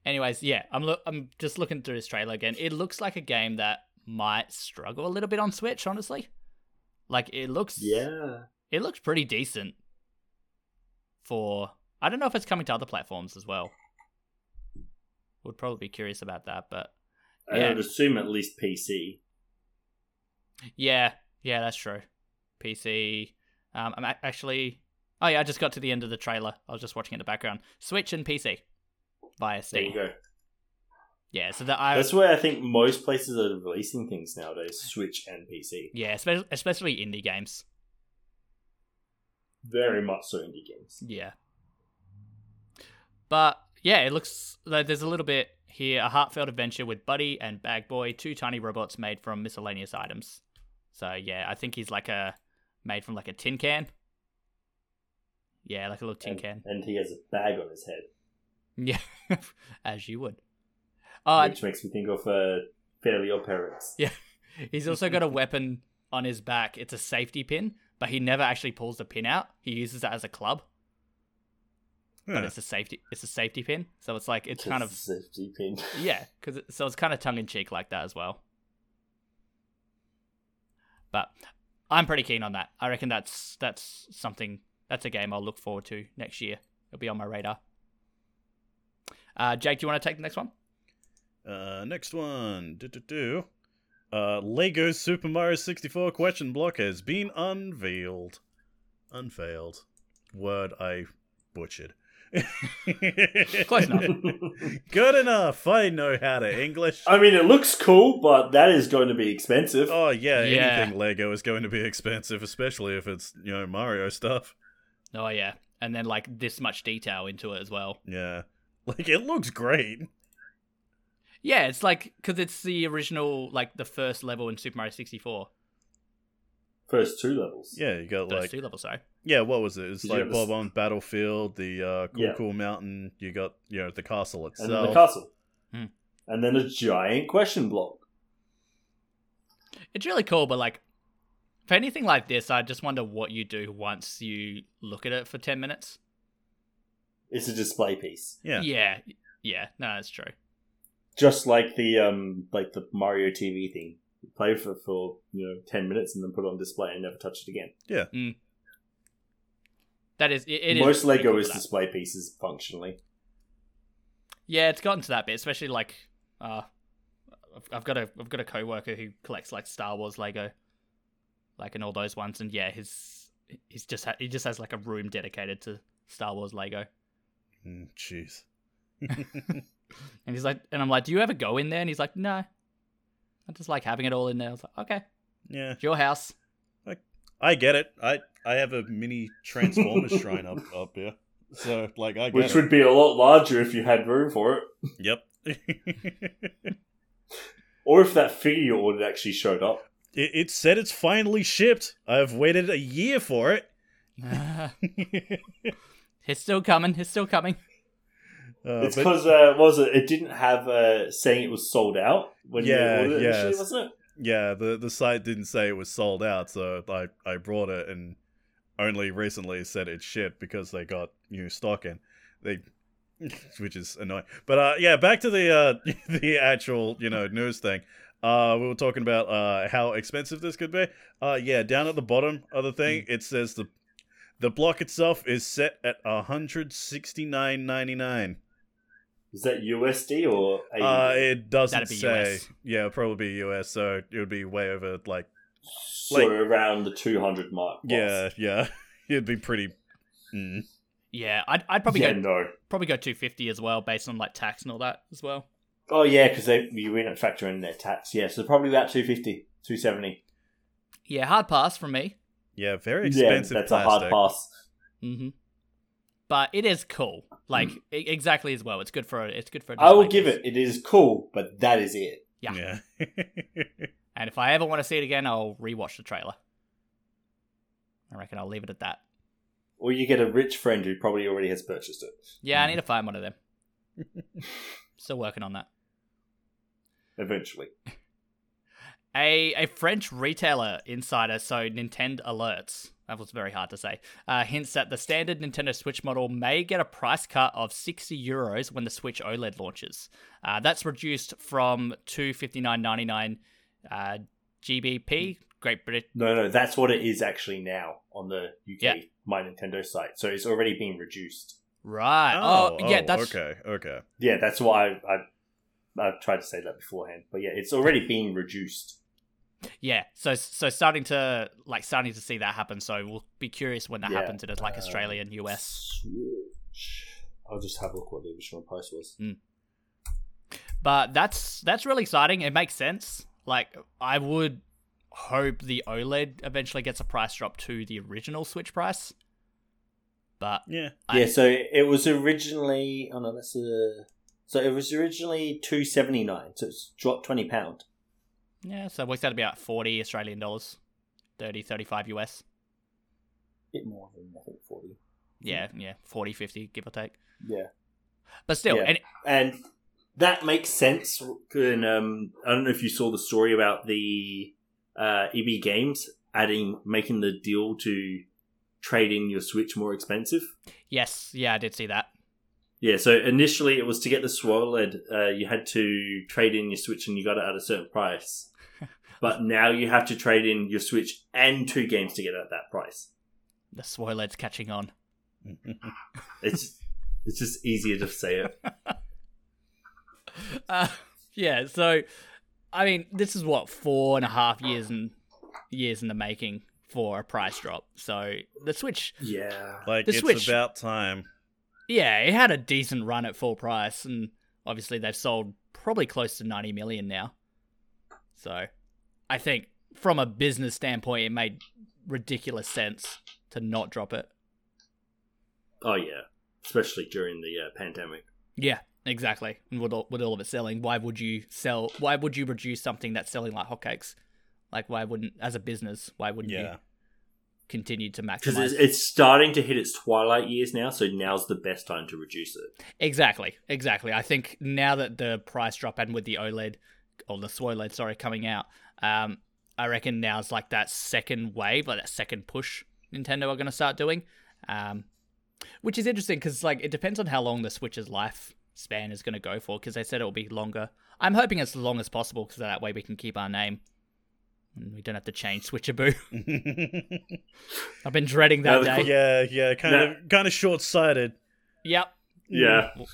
Speaker 1: Anyways, yeah, I'm lo- I'm just looking through this trailer again. It looks like a game that might struggle a little bit on Switch, honestly. Like it looks
Speaker 2: Yeah,
Speaker 1: it looks pretty decent for i don't know if it's coming to other platforms as well would probably be curious about that but
Speaker 2: I
Speaker 1: Yeah.
Speaker 2: would assume at least PC.
Speaker 1: yeah yeah that's true pc um i'm ac- actually oh yeah i just got to the end of the trailer i was just watching it in the background switch and pc via
Speaker 2: There
Speaker 1: steam
Speaker 2: you go.
Speaker 1: yeah so that i
Speaker 2: That's why I think most places are releasing things nowadays: Switch and PC.
Speaker 1: yeah espe- especially indie games
Speaker 2: Very much so indie games.
Speaker 1: Yeah. But yeah, it looks like there's a little bit here a heartfelt adventure with Buddy and Bag Boy, two tiny robots made from miscellaneous items. So yeah, I think he's like a made from like a tin can. Yeah, like a little tin
Speaker 2: and,
Speaker 1: can.
Speaker 2: and he has a bag on his head,
Speaker 1: Yeah, as you would. Uh,
Speaker 2: which makes me think of uh, Fairly Odd Parents.
Speaker 1: yeah. He's also got a weapon on his back. It's a safety pin, but he never actually pulls the pin out. He uses that as a club, but
Speaker 3: Huh.
Speaker 1: it's a safety. It's a safety pin, so it's like it's kind
Speaker 2: It's
Speaker 1: of
Speaker 2: a safety pin.
Speaker 1: Yeah, cause it, so it's kind of tongue in cheek like that as well. But I'm pretty keen on that. I reckon that's that's something that's a game I'll look forward to next year. It'll be on my radar. Uh, Jake, do you want to take the next one?
Speaker 3: Uh, next one. Do-do-do. Uh, Lego Super Mario 64 question block has been unveiled. Unveiled. Word I butchered.
Speaker 1: Close enough.
Speaker 3: Good enough. I know how to English.
Speaker 2: I mean, it looks cool, but that is going to be expensive.
Speaker 3: Oh yeah,
Speaker 1: Yeah.
Speaker 3: anything Lego is going to be expensive, especially if it's you know Mario stuff.
Speaker 1: Oh yeah, and then like this much detail into it as well.
Speaker 3: Yeah, like it looks great.
Speaker 1: Yeah, it's like because it's the original, like the first level in Super Mario 64.
Speaker 2: First two levels.
Speaker 3: Yeah, you got
Speaker 1: Those
Speaker 3: like
Speaker 1: two levels, sorry.
Speaker 3: yeah, what was it? It's
Speaker 2: Did you
Speaker 3: like
Speaker 2: have
Speaker 3: Bob
Speaker 2: this-
Speaker 3: on Battlefield, the uh, Cool
Speaker 2: Yeah.
Speaker 3: Cool Mountain. You got you know the castle
Speaker 2: and then the
Speaker 3: itself.
Speaker 2: castle,
Speaker 1: Hmm.
Speaker 2: and then a giant question block.
Speaker 1: It's really cool, but like for anything like this, I just wonder what you do once you look at it for ten minutes.
Speaker 2: It's a display piece,
Speaker 3: yeah,
Speaker 1: yeah, yeah. No, that's true.
Speaker 2: just like the um, like the Mario TV thing. You play for for you know ten minutes and then put it on display and never touch it again.
Speaker 1: That is it. it is
Speaker 2: Most
Speaker 1: pretty
Speaker 2: Lego
Speaker 1: cool
Speaker 2: is
Speaker 1: for that.
Speaker 2: display pieces functionally.
Speaker 1: Yeah, it's gotten to that bit, especially like Uh, I've, I've got a I've got a coworker who collects like Star Wars Lego, like and all those ones, and yeah, his he's just ha- he just has like a room dedicated to Star Wars Lego,
Speaker 3: Mm, Jeez.
Speaker 1: and he's like, and I'm like, do you ever go in there? And he's like, no, I just like having it all in there. I was like, okay,
Speaker 3: yeah,
Speaker 1: it's your house.
Speaker 3: I get it. I I have a mini Transformers shrine up up here, so like I get
Speaker 2: Which
Speaker 3: it.
Speaker 2: would be a lot larger if you had room for it.
Speaker 3: Yep.
Speaker 2: Or if that figure you ordered actually showed up.
Speaker 3: It, it said it's finally shipped. I've waited a year for it.
Speaker 1: it's still coming. It's still coming.
Speaker 3: Uh,
Speaker 2: It's
Speaker 3: but-
Speaker 2: because uh, what was it? It didn't have uh, saying it was sold out when
Speaker 3: Yeah,
Speaker 2: you ordered it
Speaker 3: yes.
Speaker 2: initially, wasn't it?
Speaker 3: yeah, the the site didn't say it was sold out, so I I brought it and only recently said it's shit because they got new stock in. They which is annoying. But uh yeah, back to the uh the actual, you know, news thing. Uh we were talking about uh how expensive this could be. Uh yeah, down at the bottom of the thing,
Speaker 1: Hmm.
Speaker 3: it says the the block itself is set at 169.99.
Speaker 2: Is that USD or AUD?
Speaker 3: Uh, it doesn't
Speaker 1: That'd be
Speaker 3: say.
Speaker 1: US.
Speaker 3: Yeah, it'd probably be US, so it would be way over like
Speaker 2: so
Speaker 3: like-
Speaker 2: around the two hundred mark? was.
Speaker 3: yeah, yeah. It'd be pretty. Mm.
Speaker 1: Yeah, I'd, I'd probably
Speaker 2: yeah,
Speaker 1: go
Speaker 2: no.
Speaker 1: probably go 250 as well, based on like tax and all that as well.
Speaker 2: Oh yeah, because they you didn't factor in their tax. Yeah, so probably about 250, 270.
Speaker 1: Yeah, hard pass from me.
Speaker 3: Yeah, very
Speaker 2: Yeah,
Speaker 3: expensive.
Speaker 2: that's a hard
Speaker 3: plastic.
Speaker 2: pass.
Speaker 1: hmm But it is cool, like e- exactly as well. It's good for it's good for.
Speaker 2: I will
Speaker 1: display
Speaker 2: give
Speaker 1: case.
Speaker 2: it. It is cool, but that is it.
Speaker 3: Yeah.
Speaker 1: And if I ever want to see it again, I'll rewatch the trailer. I reckon I'll leave it at that.
Speaker 2: Or you get a rich friend who probably already has purchased it.
Speaker 1: Yeah, I need to find one of them. Still working on that.
Speaker 2: Eventually,
Speaker 1: A a French retailer insider, so Nintendo alerts. That was very hard to say. Uh, hints that the standard Nintendo Switch model may get a price cut of 60 euros when the Switch OLED launches. Uh, that's reduced from 259.99 uh, GBP, Great Brit-
Speaker 2: no, no, that's what it is actually now on the UK
Speaker 1: Yeah.
Speaker 2: My Nintendo site. So it's already been reduced.
Speaker 1: Right. Oh, yeah, that's
Speaker 3: okay. Okay.
Speaker 2: Yeah, that's why I, I I've tried to say that beforehand, but yeah, it's already been reduced.
Speaker 1: yeah. So so starting to like starting to see that happen. So we'll be curious when that
Speaker 2: Yeah.
Speaker 1: happens in like
Speaker 2: Uh,
Speaker 1: Australia and US.
Speaker 2: Switch. I'll just have a look what the original price was.
Speaker 1: But that's that's really exciting. It makes sense. Like I would hope the OLED eventually gets a price drop to the original Switch price. But
Speaker 3: Yeah.
Speaker 1: I-
Speaker 2: yeah, so it was originally. Oh no, that's a. So it was originally two seventy nine. So it's dropped twenty pound.
Speaker 1: yeah, so it works out to be about 40 Australian dollars. 30 35 US.
Speaker 2: Bit more than I think forty.
Speaker 1: Yeah, yeah, 40 50 give or take.
Speaker 2: Yeah.
Speaker 1: But still,
Speaker 2: Yeah.
Speaker 1: and
Speaker 2: and that makes sense. And um, I don't know if you saw the story about the uh, EB Games adding making the deal to trade in your Switch more expensive.
Speaker 1: yes, yeah, I did see that.
Speaker 2: Yeah, so initially it was to get the Swirled, uh, you had to trade in your Switch and you got it at a certain price. But now you have to trade in your Switch and two games to get it at that price.
Speaker 1: The Swoiled's catching on.
Speaker 2: It's it's just easier to say it.
Speaker 1: uh, yeah, so I mean, this is what four and a half years and years in the making for a price drop. So the Switch,
Speaker 2: Yeah.
Speaker 3: Like
Speaker 1: The
Speaker 3: it's
Speaker 1: Switch.
Speaker 3: about time.
Speaker 1: yeah, it had a decent run at full price, and obviously they've sold probably close to ninety million now. So I think from a business standpoint, it made ridiculous sense to not drop it.
Speaker 2: Oh yeah. Especially during the uh, pandemic.
Speaker 1: Yeah, exactly. And with all, with all of it selling, why would you sell? Why would you reduce something that's selling like hotcakes? Like, why wouldn't, as a business, why wouldn't you
Speaker 3: Yeah.
Speaker 1: continue to
Speaker 2: Because
Speaker 1: maximize?
Speaker 2: it's, it's starting to hit its twilight years now, so now's the best time to reduce it.
Speaker 1: exactly, exactly. I think now that the price drop and with the OLED or the SWOLED, E sorry, coming out, um, I reckon now's like that second wave, like that second push Nintendo are going to start doing, um, which is interesting because like it depends on how long the Switch's life span is going to go for because they said it will be longer. I'm hoping it's as long as possible because that way we can keep our name. And we don't have to change Switchaboo. I've been dreading
Speaker 2: Now
Speaker 1: that day.
Speaker 2: the qu-
Speaker 3: yeah, yeah, kind of kind of short-sighted. Mm,
Speaker 1: Yep.
Speaker 2: Yeah.
Speaker 1: Well,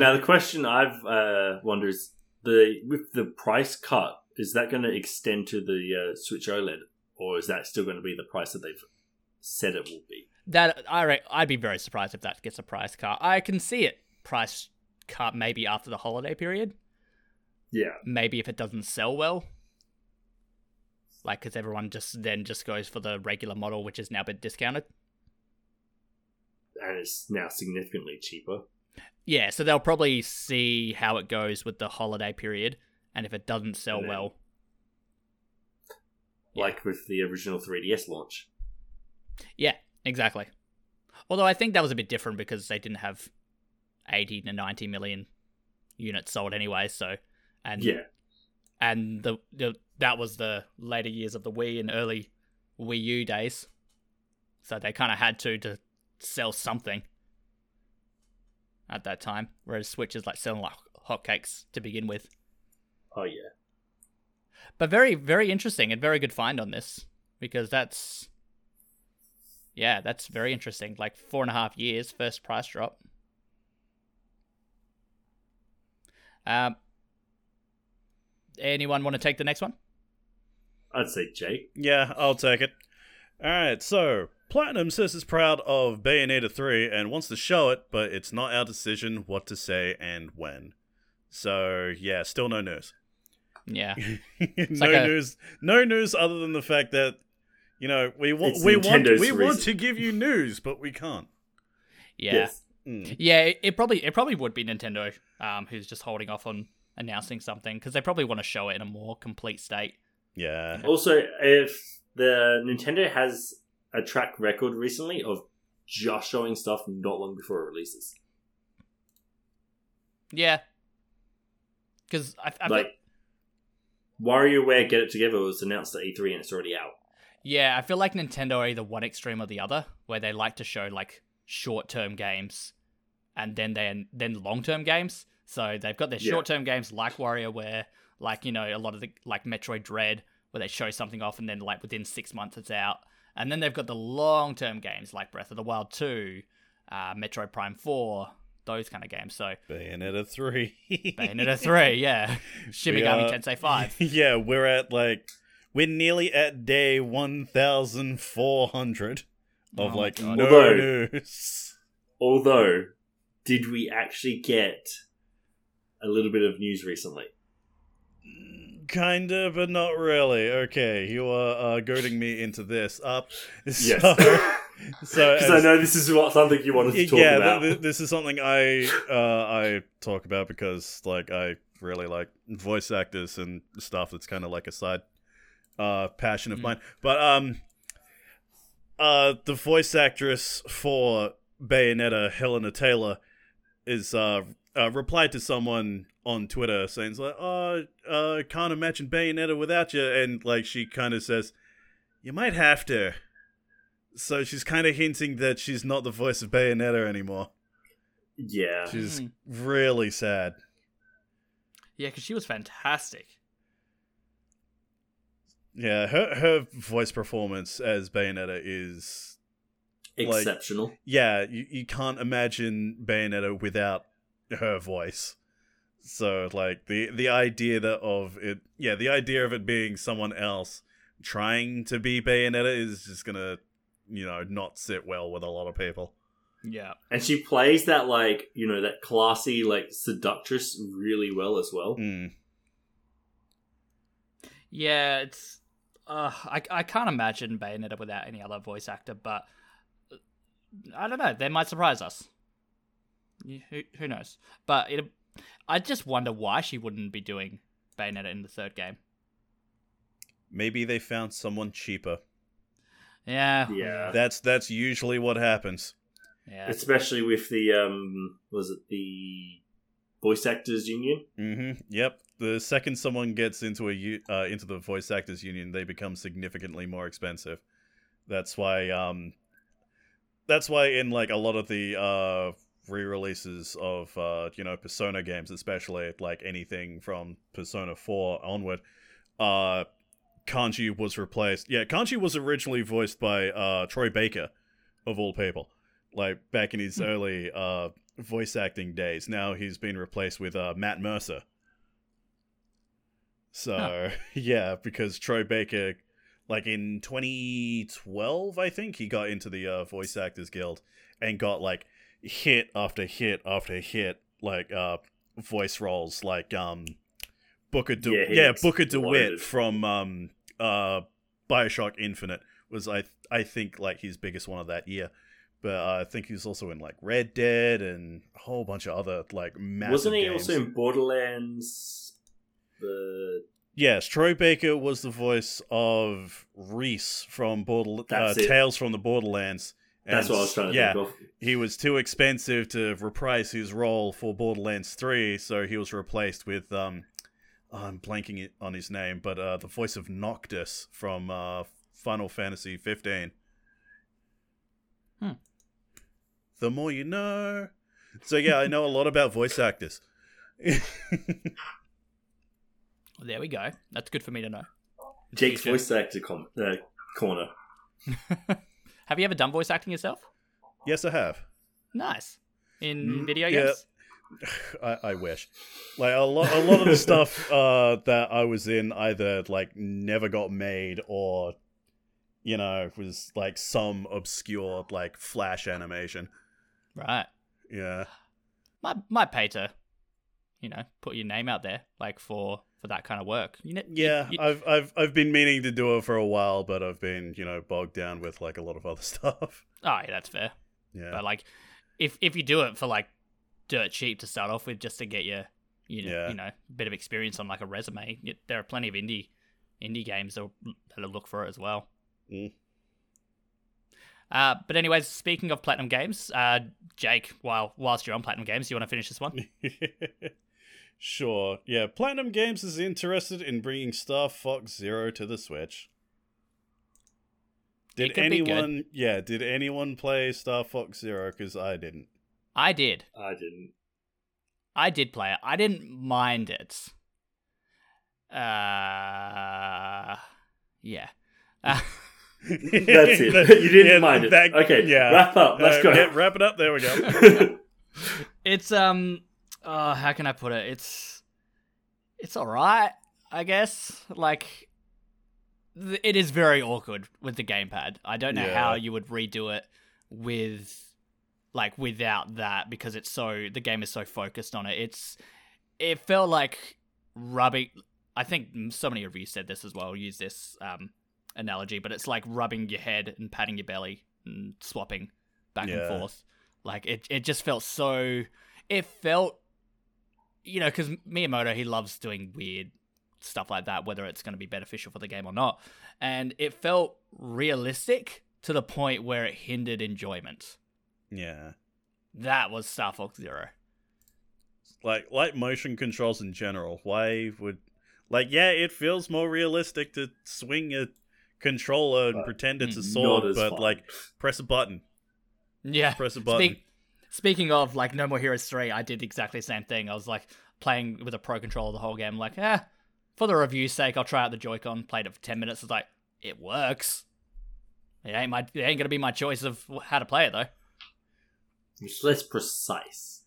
Speaker 2: Now the question I've uh, wonder is the with the price cut, is that going to extend to the uh, Switch OLED, or is that still going to be the price that they've said it will be?
Speaker 1: That I re- I'd be very surprised if that gets a price cut. I can see it price cut maybe after the holiday period.
Speaker 2: Yeah,
Speaker 1: Maybe if it doesn't sell well, like because everyone just then just goes for the regular model, which is now been discounted.
Speaker 2: and it's now significantly cheaper.
Speaker 1: Yeah, so they'll probably see how it goes with the holiday period, and if it doesn't sell
Speaker 2: And then-
Speaker 1: well,
Speaker 2: Like with the original 3DS launch.
Speaker 1: yeah, exactly. Although I think that was a bit different because they didn't have eighty to ninety million units sold anyway. So, and
Speaker 2: yeah,
Speaker 1: and the, the that was the later years of the Wii and early Wii U days. So they kind of had to to sell something at that time, whereas Switch is like selling like hotcakes to begin with.
Speaker 2: oh yeah,
Speaker 1: But very very interesting and very good find on this because that's yeah that's very interesting. Like four and a half years first price drop. Um. Anyone want to take the next one?
Speaker 2: I'd say Jake.
Speaker 3: Yeah, I'll take it. Alright, so Platinum says it's proud of Bayonetta 3 and wants to show it, but it's not our decision what to say and when. So yeah, still no news.
Speaker 1: Yeah.
Speaker 3: no
Speaker 1: like a-
Speaker 3: news. No news other than the fact that you know we want
Speaker 2: It's
Speaker 3: we want
Speaker 2: Nintendo's
Speaker 3: we want
Speaker 2: reason.
Speaker 3: to give you news, but we can't.
Speaker 1: Yeah.
Speaker 2: Yes.
Speaker 3: Mm.
Speaker 1: Yeah, it, it probably it probably would be Nintendo um, who's just holding off on announcing something because they probably want to show it in a more complete state.
Speaker 3: Yeah.
Speaker 2: Also, if the Nintendo has a track record recently of just showing stuff not long before it releases,
Speaker 1: Yeah, because I, I feel,
Speaker 2: like WarioWare Get It Together was announced at E3 and it's already out.
Speaker 1: yeah I feel like Nintendo are either one extreme or the other, where they like to show like short term games, and then they then long term games. So they've got their
Speaker 2: Yeah.
Speaker 1: short term games like WarioWare, like you know a lot of the like Metroid Dread, where they show something off and then like within six months it's out. And then they've got the long term games like Breath of the Wild two, uh, Metroid Prime four, those kind of games. So
Speaker 3: Bayonetta 3.
Speaker 1: Bayonetta three, yeah, Shin
Speaker 3: We
Speaker 1: Megami
Speaker 3: are-
Speaker 1: Tensei five.
Speaker 3: yeah, we're at like we're nearly at day 1400
Speaker 1: Oh
Speaker 3: of
Speaker 1: my
Speaker 3: like
Speaker 1: God.
Speaker 3: no
Speaker 2: Although-
Speaker 3: news.
Speaker 2: Although, did we actually get a little bit of news recently?
Speaker 3: Kinda, but not really. Okay, you are uh, goading me into this. Uh, Up.
Speaker 2: Yes.
Speaker 3: so
Speaker 2: Because
Speaker 3: as-
Speaker 2: I know this is what something you wanted to talk
Speaker 3: yeah,
Speaker 2: about.
Speaker 3: th- th- this is something I uh, I talk about because like I really like voice actors and stuff. That's kind of like a side uh, passion of
Speaker 1: Mhm.
Speaker 3: mine. But um, uh, the voice actress for Bayonetta, Helena Taylor, is uh, uh replied to someone on Twitter saying it's like, "Oh, uh, can't imagine Bayonetta without you," and like she kind of says, "You might have to." So she's kind of hinting that she's not the voice of Bayonetta anymore.
Speaker 2: yeah.
Speaker 3: She's
Speaker 1: Hmm.
Speaker 3: really sad.
Speaker 1: Yeah, because she was fantastic.
Speaker 3: Yeah, her her voice performance as Bayonetta is like-
Speaker 2: Exceptional.
Speaker 3: yeah, you, you can't imagine Bayonetta without her voice. So like the the idea that of it yeah, the idea of it being someone else trying to be Bayonetta is just going to you know, not sit well with a lot of people.
Speaker 1: Yeah.
Speaker 2: and she plays that, like, you know, that classy, like, seductress really well as well.
Speaker 3: Mm.
Speaker 1: Yeah, it's. Uh, I I can't imagine Bayonetta without any other voice actor, but uh, I don't know. They might surprise us. Y- Who who knows? But it, I just wonder why she wouldn't be doing Bayonetta in the third game.
Speaker 3: Maybe they found someone cheaper.
Speaker 1: Yeah.
Speaker 2: Yeah.
Speaker 3: That's that's usually what happens.
Speaker 1: Yeah.
Speaker 2: Especially with the, um, was it the Voice Actors Union?
Speaker 3: Mm-hmm. Yep. The second someone gets into a u- uh, into the voice actors union, they become significantly more expensive. That's why um, that's why in like a lot of the uh, re-releases of uh, you know Persona games, especially like anything from Persona Four onward, uh, Kanji was replaced. Yeah, Kanji was originally voiced by uh, Troy Baker, of all people, like back in his
Speaker 1: Hmm.
Speaker 3: early uh, voice acting days. Now he's been replaced with uh, Matt Mercer. So yeah, because Troy Baker, like in 2012, I think he got into the uh, Voice Actors Guild and got like hit after hit after hit, like uh, voice roles, like um, Booker De-
Speaker 2: Yeah,
Speaker 3: yeah,
Speaker 2: he
Speaker 3: Booker
Speaker 2: exploded.
Speaker 3: DeWitt from um, uh, Bioshock Infinite was I I think like his biggest one of that year. But uh, I think he was also in like Red Dead and a whole bunch of other like massive.
Speaker 2: Wasn't he
Speaker 3: games.
Speaker 2: also in Borderlands? The
Speaker 3: Yes, Troy Baker was the voice of Reese from Border uh,
Speaker 2: That's it.
Speaker 3: Tales from the Borderlands.
Speaker 2: that's
Speaker 3: And
Speaker 2: what I was trying to
Speaker 3: yeah,
Speaker 2: think of.
Speaker 3: he was too expensive to reprise his role for Borderlands Three, so he was replaced with um, oh, I'm blanking it on his name, but uh, the voice of Noctis from uh, Final Fantasy 15.
Speaker 1: Hmm.
Speaker 3: The more you know. So yeah, I know a lot about voice actors.
Speaker 1: Well, there we go. That's good for me to know. In
Speaker 2: Jake's
Speaker 1: future.
Speaker 2: voice actor com- uh, corner.
Speaker 1: Have you ever done voice acting yourself?
Speaker 3: yes, I have.
Speaker 1: Nice. In
Speaker 2: Mm,
Speaker 1: video
Speaker 3: yeah.
Speaker 1: games?
Speaker 3: I, I wish. Like a lot, a lot of the stuff uh, that I was in either like never got made or, you know, was like some obscure like flash animation.
Speaker 1: Right.
Speaker 3: Yeah,
Speaker 1: Might might pay to, you know, put your name out there, like for for that kind of work. You know, you-
Speaker 3: yeah.
Speaker 1: you-
Speaker 3: I've, I've, I've been meaning to do it for a while, but I've been, you know, bogged down with like a lot of other stuff.
Speaker 1: oh, yeah, that's fair.
Speaker 3: Yeah,
Speaker 1: But like, if if you do it for like dirt cheap to start off with, just to get your you know,
Speaker 3: Yeah.
Speaker 1: you know bit of experience on like a resume, y there are plenty of indie indie games that'll, that'll look for it as well.
Speaker 3: Mm.
Speaker 1: Uh, but anyways, speaking of platinum games, uh, Jake, while whilst you're on platinum games, you want to finish this one?
Speaker 3: sure. Yeah, Platinum Games is interested in bringing Star Fox Zero to the Switch. Did
Speaker 1: It could be good.
Speaker 3: anyone? Yeah, did anyone play Star Fox Zero? Because I didn't.
Speaker 1: I did.
Speaker 2: I didn't.
Speaker 1: I did play it. I didn't mind it. Uh, yeah. Uh,
Speaker 2: That's it. you didn't
Speaker 3: Yeah,
Speaker 2: mind it.
Speaker 3: that-
Speaker 2: okay,
Speaker 3: Yeah.
Speaker 2: wrap up. Let's
Speaker 3: Uh,
Speaker 2: go.
Speaker 3: yeah, wrap it up. There we go.
Speaker 1: it's um, uh, how can I put it? It's it's all right, I guess. Like, th- it is very awkward with the gamepad. I don't know
Speaker 3: Yeah.
Speaker 1: how you would redo it with like without that because it's so the game is so focused on it. It's it felt like rubbing. I think so many of you said this as well. Use this um analogy, but it's like rubbing your head and patting your belly and swapping back
Speaker 3: Yeah.
Speaker 1: and forth. Like it, it just felt so. It felt, you know, because Miyamoto he loves doing weird stuff like that, whether it's going to be beneficial for the game or not. And it felt realistic to the point where it hindered enjoyment.
Speaker 3: yeah,
Speaker 1: That was Star Fox Zero.
Speaker 3: like like motion controls in general. Why would like yeah? It feels more realistic to swing a controller and
Speaker 2: But
Speaker 3: pretend it's a
Speaker 1: not
Speaker 3: sword,
Speaker 2: as
Speaker 3: but
Speaker 2: fun.
Speaker 3: like press a button,
Speaker 1: Yeah.
Speaker 3: press a button.
Speaker 1: Speak- speaking of like No More Heroes 3, I did exactly the same thing. I was like playing with a pro controller the whole game, like, eh, for the review's sake, I'll try out the Joy-Con, played it for 10 minutes, it's like, it works. It ain't my it ain't gonna be my choice of wh- how to play it though.
Speaker 2: it's less precise.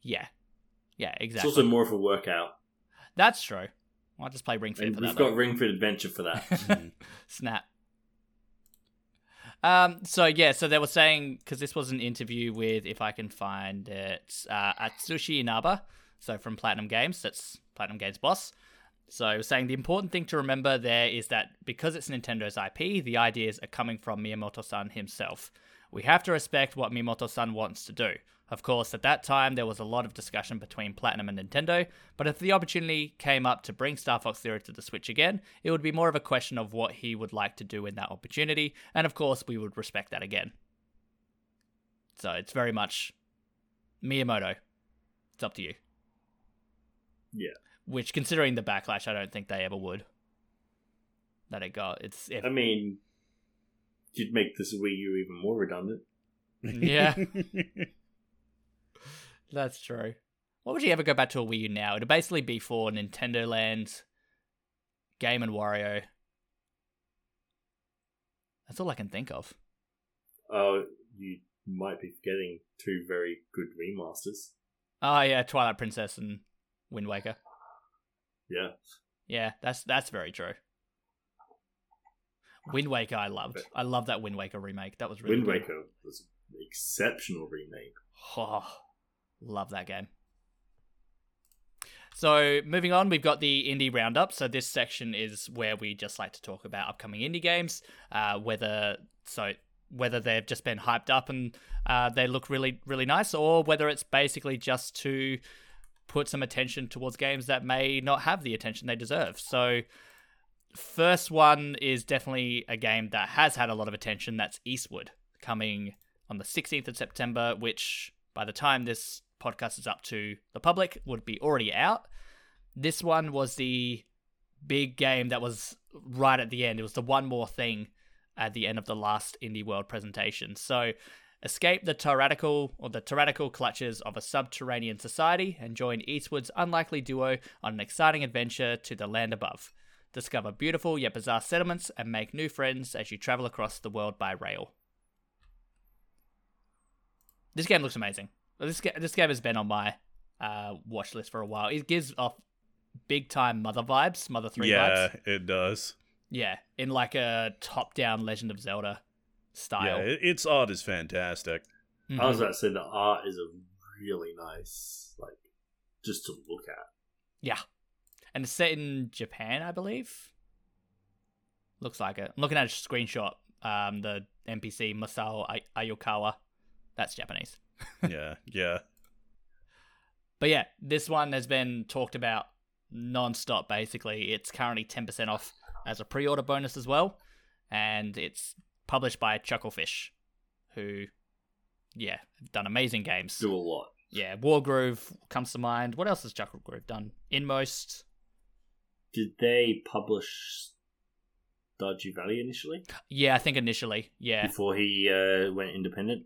Speaker 1: Yeah. Yeah,
Speaker 2: It's
Speaker 1: exactly.
Speaker 2: also more of a workout.
Speaker 1: That's true. I'll just play Ring Fit
Speaker 2: And
Speaker 1: for
Speaker 2: we've
Speaker 1: that.
Speaker 2: got
Speaker 1: though.
Speaker 2: Ring Fit Adventure for that.
Speaker 1: Snap. Um, so yeah, so they were saying because this was an interview with, if I can find it, uh, Atsushi Inaba, so from Platinum Games, that's Platinum Games boss. So he was saying the important thing to remember there is that because it's Nintendo's IP, the ideas are coming from Miyamoto-san himself. We have to respect what Miyamoto-san wants to do. Of course, at that time there was a lot of discussion between Platinum and Nintendo, but if the opportunity came up to bring Star Fox Zero to the Switch again, it would be more of a question of what he would like to do in that opportunity, and of course, we would respect that again. So it's very much Miyamoto. It's up to you.
Speaker 2: Yeah.
Speaker 1: Which, considering the backlash, I don't think they ever would. That it got. It's if,
Speaker 2: I mean, you'd make this Wii U even more redundant.
Speaker 1: Yeah. That's true. What would you ever go back to a Wii U now? It'd basically be for Nintendo Land, Game and Wario. That's all I can think of.
Speaker 2: Oh, you might be forgetting two very good remasters.
Speaker 1: Oh yeah, Twilight Princess and Wind Waker.
Speaker 2: Yeah.
Speaker 1: Yeah, that's that's very true. Wind Waker, I loved. I love that Wind Waker remake. That was really
Speaker 2: Wind
Speaker 1: good.
Speaker 2: Waker was an exceptional remake.
Speaker 1: Oh, love that game. So, moving on, we've got the indie roundup. So, this section is where we just like to talk about upcoming indie games, uh, whether so whether they've just been hyped up and uh, they look really really nice, or whether it's basically just to put some attention towards games that may not have the attention they deserve. So, first one is definitely a game that has had a lot of attention. That's Eastwood coming on the 16th of September, which by the time this podcast is up to the public would be already out. This one was the big game that was right at the end. It was the one more thing at the end of the last Indie World presentation. So escape the tyrannical or the tyrannical clutches of a subterranean society and join Eastwood's unlikely duo on an exciting adventure to the land above. Discover beautiful yet bizarre settlements and make new friends as you travel across the world by rail. This game looks amazing. This ga- this game has been on my uh, watch list for a while. It gives off big time Mother vibes, Mother Three
Speaker 3: yeah,
Speaker 1: vibes.
Speaker 3: it does.
Speaker 1: Yeah, in like a top down Legend of Zelda
Speaker 3: Yeah,
Speaker 1: style.
Speaker 3: it, its art is fantastic.
Speaker 1: Mhm.
Speaker 2: I was about to say the art is a really nice, like, just to look at.
Speaker 1: Yeah. And it's set in Japan, I believe. Looks like it. I'm looking at a screenshot. Um, the NPC Masao Ay- Ayokawa. That's Japanese.
Speaker 3: yeah, yeah.
Speaker 1: But yeah, this one has been talked about non-stop basically. It's currently 10% off as a pre-order bonus as well, and it's published by Chucklefish, who yeah, have done amazing games.
Speaker 2: Do a lot.
Speaker 1: Yeah, Wargroove comes to mind. What else has Chucklegroove done? Inmost.
Speaker 2: Did they publish Stardew Valley initially?
Speaker 1: Yeah, I think initially. Yeah.
Speaker 2: Before he uh, went independent?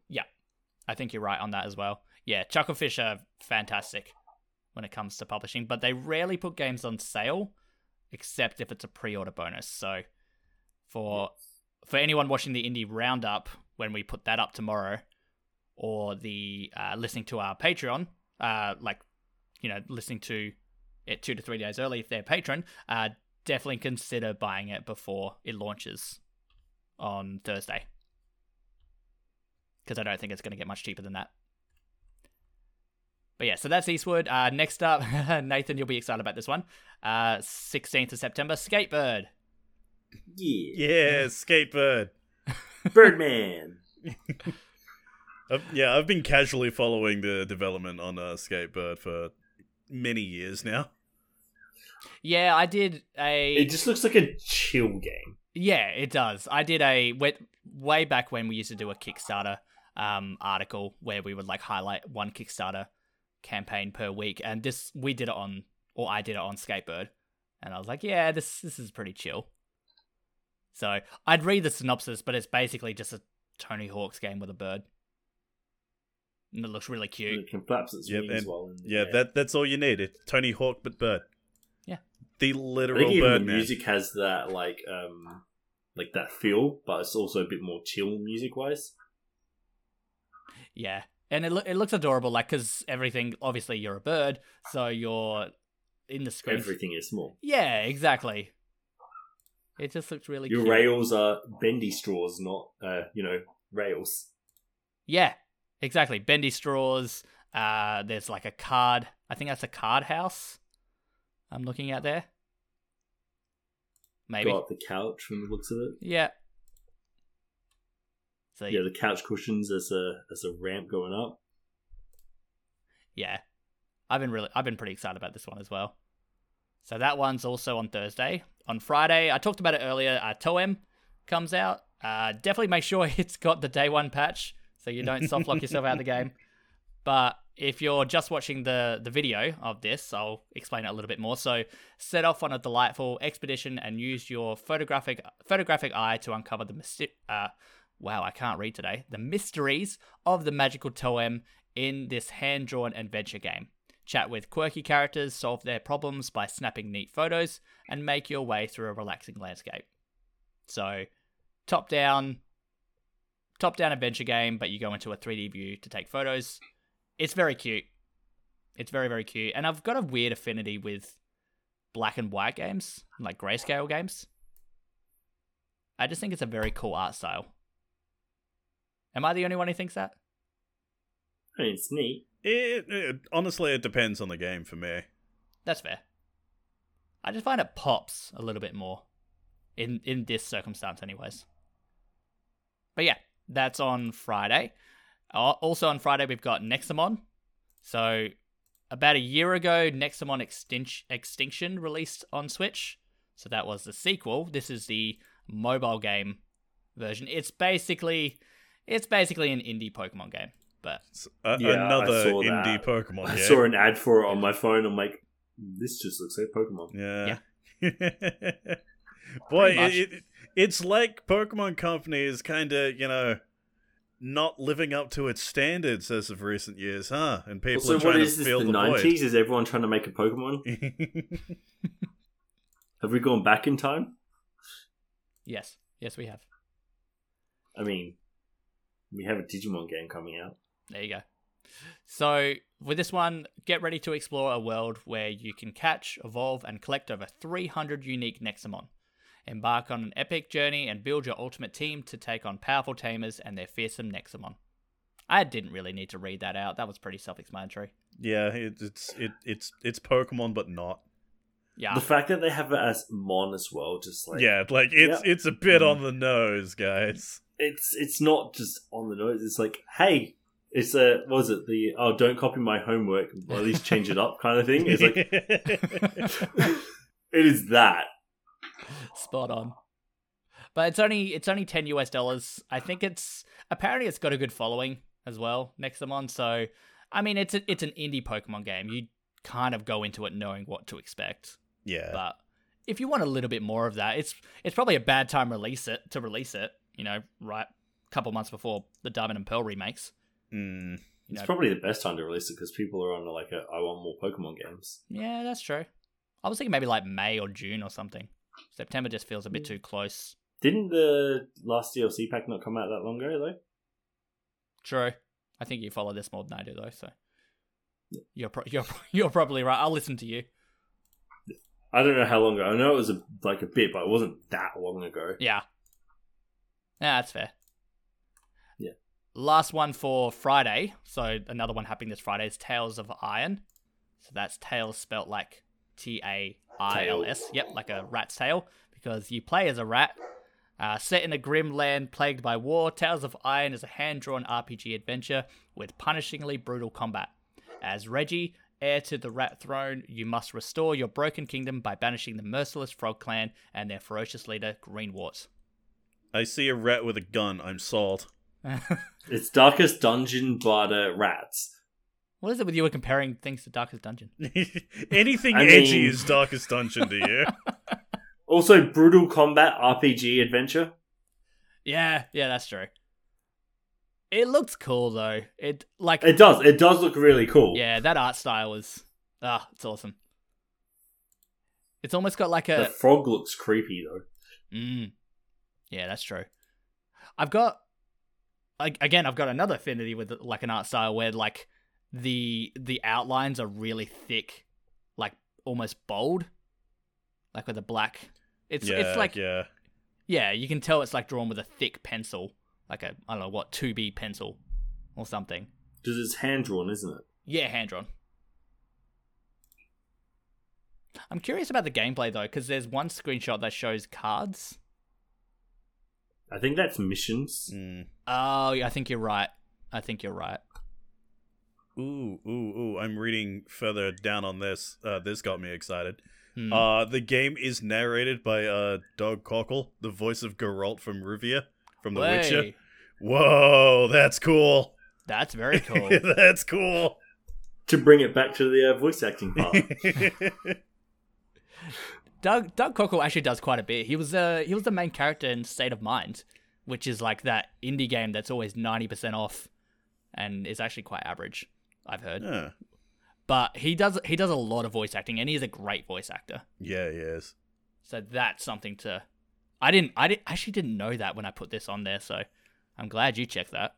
Speaker 1: I think you're right on that as well. Yeah, Chucklefish are fantastic when it comes to publishing, but they rarely put games on sale except if it's a pre-order bonus. So for for anyone watching the indie roundup when we put that up tomorrow or the uh, listening to our Patreon, uh, like you know, listening to it 2 to 3 days early if they're a patron, uh, definitely consider buying it before it launches on Thursday because I don't think it's going to get much cheaper than that. But yeah, so that's Eastwood. Uh, next up, Nathan, you'll be excited about this one. Uh, 16th of September, Skatebird.
Speaker 2: Yeah.
Speaker 3: Yeah, Skatebird.
Speaker 2: Birdman.
Speaker 3: I've, yeah, I've been casually following the development on uh, Skatebird for many years now.
Speaker 1: Yeah, I did a.
Speaker 2: It just looks like a chill game.
Speaker 1: Yeah, it does. I did a wet- way back when we used to do a Kickstarter um, article where we would like highlight one Kickstarter campaign per week, and this we did it on, or I did it on Skatebird, and I was like, yeah, this this is pretty chill. So I'd read the synopsis, but it's basically just a Tony Hawk's game with a bird, and it looks really
Speaker 2: And
Speaker 1: cute.
Speaker 2: It can flaps its
Speaker 3: Yep,
Speaker 2: wings
Speaker 3: and-
Speaker 2: while in the
Speaker 3: Yeah,
Speaker 2: air.
Speaker 3: that that's all you need. It's Tony Hawk but bird.
Speaker 1: Yeah.
Speaker 3: The
Speaker 2: I
Speaker 3: literal
Speaker 2: think even
Speaker 3: bird
Speaker 2: the
Speaker 3: man.
Speaker 2: music has that like um like that feel, but it's also a bit more chill music wise.
Speaker 1: Yeah, and it lo- it looks adorable, like because everything obviously you're a bird, so you're in the screen.
Speaker 2: Everything is small.
Speaker 1: Yeah, exactly. It just looked really
Speaker 2: Your
Speaker 1: cute.
Speaker 2: rails are bendy straws, not uh, you know, rails.
Speaker 1: Yeah, exactly. Bendy straws. Uh, there's like a card. I think that's a card house. I'm looking at there. Maybe.
Speaker 2: Got the couch from the looks of it.
Speaker 1: Yeah. So
Speaker 2: Yeah, the couch cushions as a as a ramp going up.
Speaker 1: yeah i've been really i've been pretty excited about this one as well so that one's also on thursday on friday i talked about it earlier uh, toem comes out uh, definitely make sure it's got the day one patch so you don't soft lock yourself out of the game but if you're just watching the, the video of this, I'll explain it a little bit more. So, set off on a delightful expedition and use your photographic photographic eye to uncover the mystery. Uh, wow, I can't read today. The mysteries of the magical Toem in this hand drawn adventure game. Chat with quirky characters, solve their problems by snapping neat photos, and make your way through a relaxing landscape. So, top down, top down adventure game, but you go into a 3D view to take photos it's very cute. It's very very cute, and I've got a weird affinity with black and white games, like grayscale games. I just think it's a very cool art style. Am I the only one who thinks that?
Speaker 2: I mean, it's neat.
Speaker 3: It, it honestly it depends on the game for me.
Speaker 1: That's fair. I just find it pops a little bit more in in this circumstance, anyways. But yeah, that's on Friday. Uh, Also on Friday, we've got Nexamon. So about a year ago, Nexamon Extin- Extinction released on Switch. So that was the sequel. This is the mobile game version. It's basically it's basically an indie Pokemon game, but
Speaker 3: S- a-
Speaker 2: Yeah, I
Speaker 3: another
Speaker 2: saw
Speaker 3: indie
Speaker 2: that.
Speaker 3: Pokemon.
Speaker 2: I
Speaker 3: game.
Speaker 2: saw an ad for it on my phone. I'm like, this just looks like Pokemon.
Speaker 3: Yeah. Boy,
Speaker 1: Pretty much.
Speaker 3: it, it- it's like Pokemon Company is kind of, you know, not living up to its standards as of recent years, huh? And people
Speaker 2: So
Speaker 3: are
Speaker 2: what
Speaker 3: trying
Speaker 2: is
Speaker 3: to
Speaker 2: this?
Speaker 3: fill
Speaker 2: The
Speaker 3: the
Speaker 2: nineties? Is everyone trying to make a Pokemon?
Speaker 3: void.
Speaker 2: Have we gone back in time?
Speaker 1: yes, yes, we have.
Speaker 2: I mean, we have a Digimon game coming out.
Speaker 1: There you go. So, with this one, get ready to explore a world where you can catch, evolve, and collect over 300 unique Nexamon. Embark on an epic journey and build your ultimate team to take on powerful tamers and their fearsome Nexamon. I didn't really need to read that out. That was pretty self explanatory.
Speaker 3: yeah, it, it's it, it's it's Pokemon, but not.
Speaker 1: Yeah.
Speaker 2: The fact that they have it as Mon as well, just like
Speaker 3: yeah, like it's
Speaker 2: Yeah.
Speaker 3: it's a bit
Speaker 2: Mm.
Speaker 3: on the nose, guys.
Speaker 2: it's it's not just on the nose. It's like, hey, it's a what was it the oh don't copy my homework, or at least change it up kind of thing. It's like it is that.
Speaker 1: Spot on. But it's only it's only ten US dollars. I think it's apparently it's got a good following as well. Nexamon, so I mean it's a, it's an indie Pokemon game. You kind of go into it knowing what to expect,
Speaker 3: yeah,
Speaker 1: but if you want a little bit more of that, it's it's probably a bad time release it to release it. You know, right? Couple months before the Diamond and Pearl remakes.
Speaker 3: Mm.
Speaker 1: You
Speaker 2: It's
Speaker 1: know,
Speaker 2: probably the best time to release it because people are on like a, I want more Pokemon games.
Speaker 1: yeah, that's true. I was thinking maybe like May or June or something. September just feels a bit too close.
Speaker 2: Didn't the last DLC pack not come out that long ago though?
Speaker 1: True. I think you follow this more than I do, though. So you're pro- you're pro- you're probably right. I'll listen to you.
Speaker 2: I don't know how long ago. I know it was a, like a bit, but it wasn't that long ago.
Speaker 1: Yeah. Yeah, that's fair.
Speaker 2: Yeah.
Speaker 1: Last one for Friday. So another one happening this Friday is Tales of Iron. So that's Tales spelt like T A I L S. Yep, like a rat's tail. Because you play as a rat. Uh, set in a grim land plagued by war, Tales of Iron is a hand drawn RPG adventure with punishingly brutal combat. As Reggie, heir to the Rat Throne, you must restore your broken kingdom by banishing the merciless Frog Clan and their ferocious leader, Greenwort.
Speaker 3: I see a rat with a gun. I'm sold.
Speaker 2: It's Darkest Dungeon, but uh, rats.
Speaker 1: What is it with you comparing things to Darkest Dungeon?
Speaker 3: Anything
Speaker 2: I
Speaker 3: edgy
Speaker 2: mean-
Speaker 3: is Darkest Dungeon to you.
Speaker 2: Also, brutal combat RPG adventure.
Speaker 1: Yeah, yeah, that's true. It looks cool though. It like
Speaker 2: It does. It does look really cool.
Speaker 1: yeah, that art style is ah, it's awesome. It's almost got like
Speaker 2: The
Speaker 1: a
Speaker 2: frog looks creepy though.
Speaker 1: Mm. Yeah, that's true. I've got I, again, I've got another affinity with like an art style where like the the outlines are really thick, like almost bold, like with a black. It's
Speaker 3: yeah,
Speaker 1: it's like
Speaker 3: yeah.
Speaker 1: yeah, you can tell it's like drawn with a thick pencil, like a I don't know what two B pencil or something.
Speaker 2: Because it's hand drawn, isn't it?
Speaker 1: Yeah, hand drawn. I'm curious about the gameplay though, because there's one screenshot that shows cards.
Speaker 2: I think that's missions.
Speaker 3: Mm.
Speaker 1: Oh, yeah, I think you're right. I think you're right.
Speaker 3: Ooh, ooh, ooh! I'm reading further down on this. Uh, this got me excited.
Speaker 1: Hmm.
Speaker 3: Uh, the game is narrated by uh, Doug Cockle, the voice of Geralt from Rivia, from The
Speaker 1: Way.
Speaker 3: Witcher. Whoa, that's cool.
Speaker 1: That's very cool.
Speaker 3: that's cool.
Speaker 2: To bring it back to the uh, voice acting part.
Speaker 1: Doug Doug Cockle actually does quite a bit. He was uh he was the main character in State of Mind, which is like that indie game that's always ninety percent off, and is actually quite average. I've heard.
Speaker 3: yeah,
Speaker 1: but he does he does a lot of voice acting and he's a great voice actor
Speaker 3: yeah, he is.
Speaker 1: so that's something to i didn't i didn't, actually didn't know that when i put this on there so i'm glad you checked that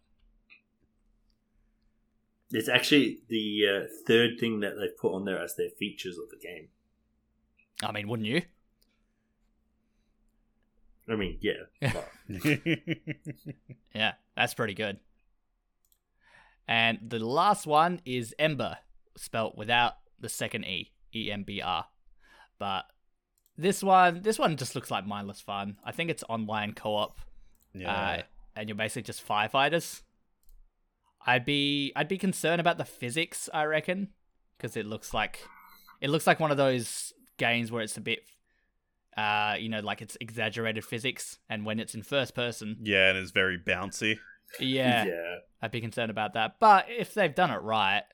Speaker 2: it's actually the uh, third thing that they've put on there as their features of the game.
Speaker 1: I mean, wouldn't you?
Speaker 2: I mean, yeah. but-
Speaker 1: Yeah, that's pretty good. And the last one is Ember, spelt without the second E, E M B R. But this one, this one just looks like mindless fun. I think it's online co-op, uh,
Speaker 3: yeah.
Speaker 1: and you're basically just firefighters. I'd be, I'd be concerned about the physics. I reckon, because it looks like, it looks like one of those games where it's a bit, uh, you know, like it's exaggerated physics, and when it's in first person,
Speaker 3: yeah, and it's very bouncy.
Speaker 1: yeah. I'd be concerned about that. But if they've done it right,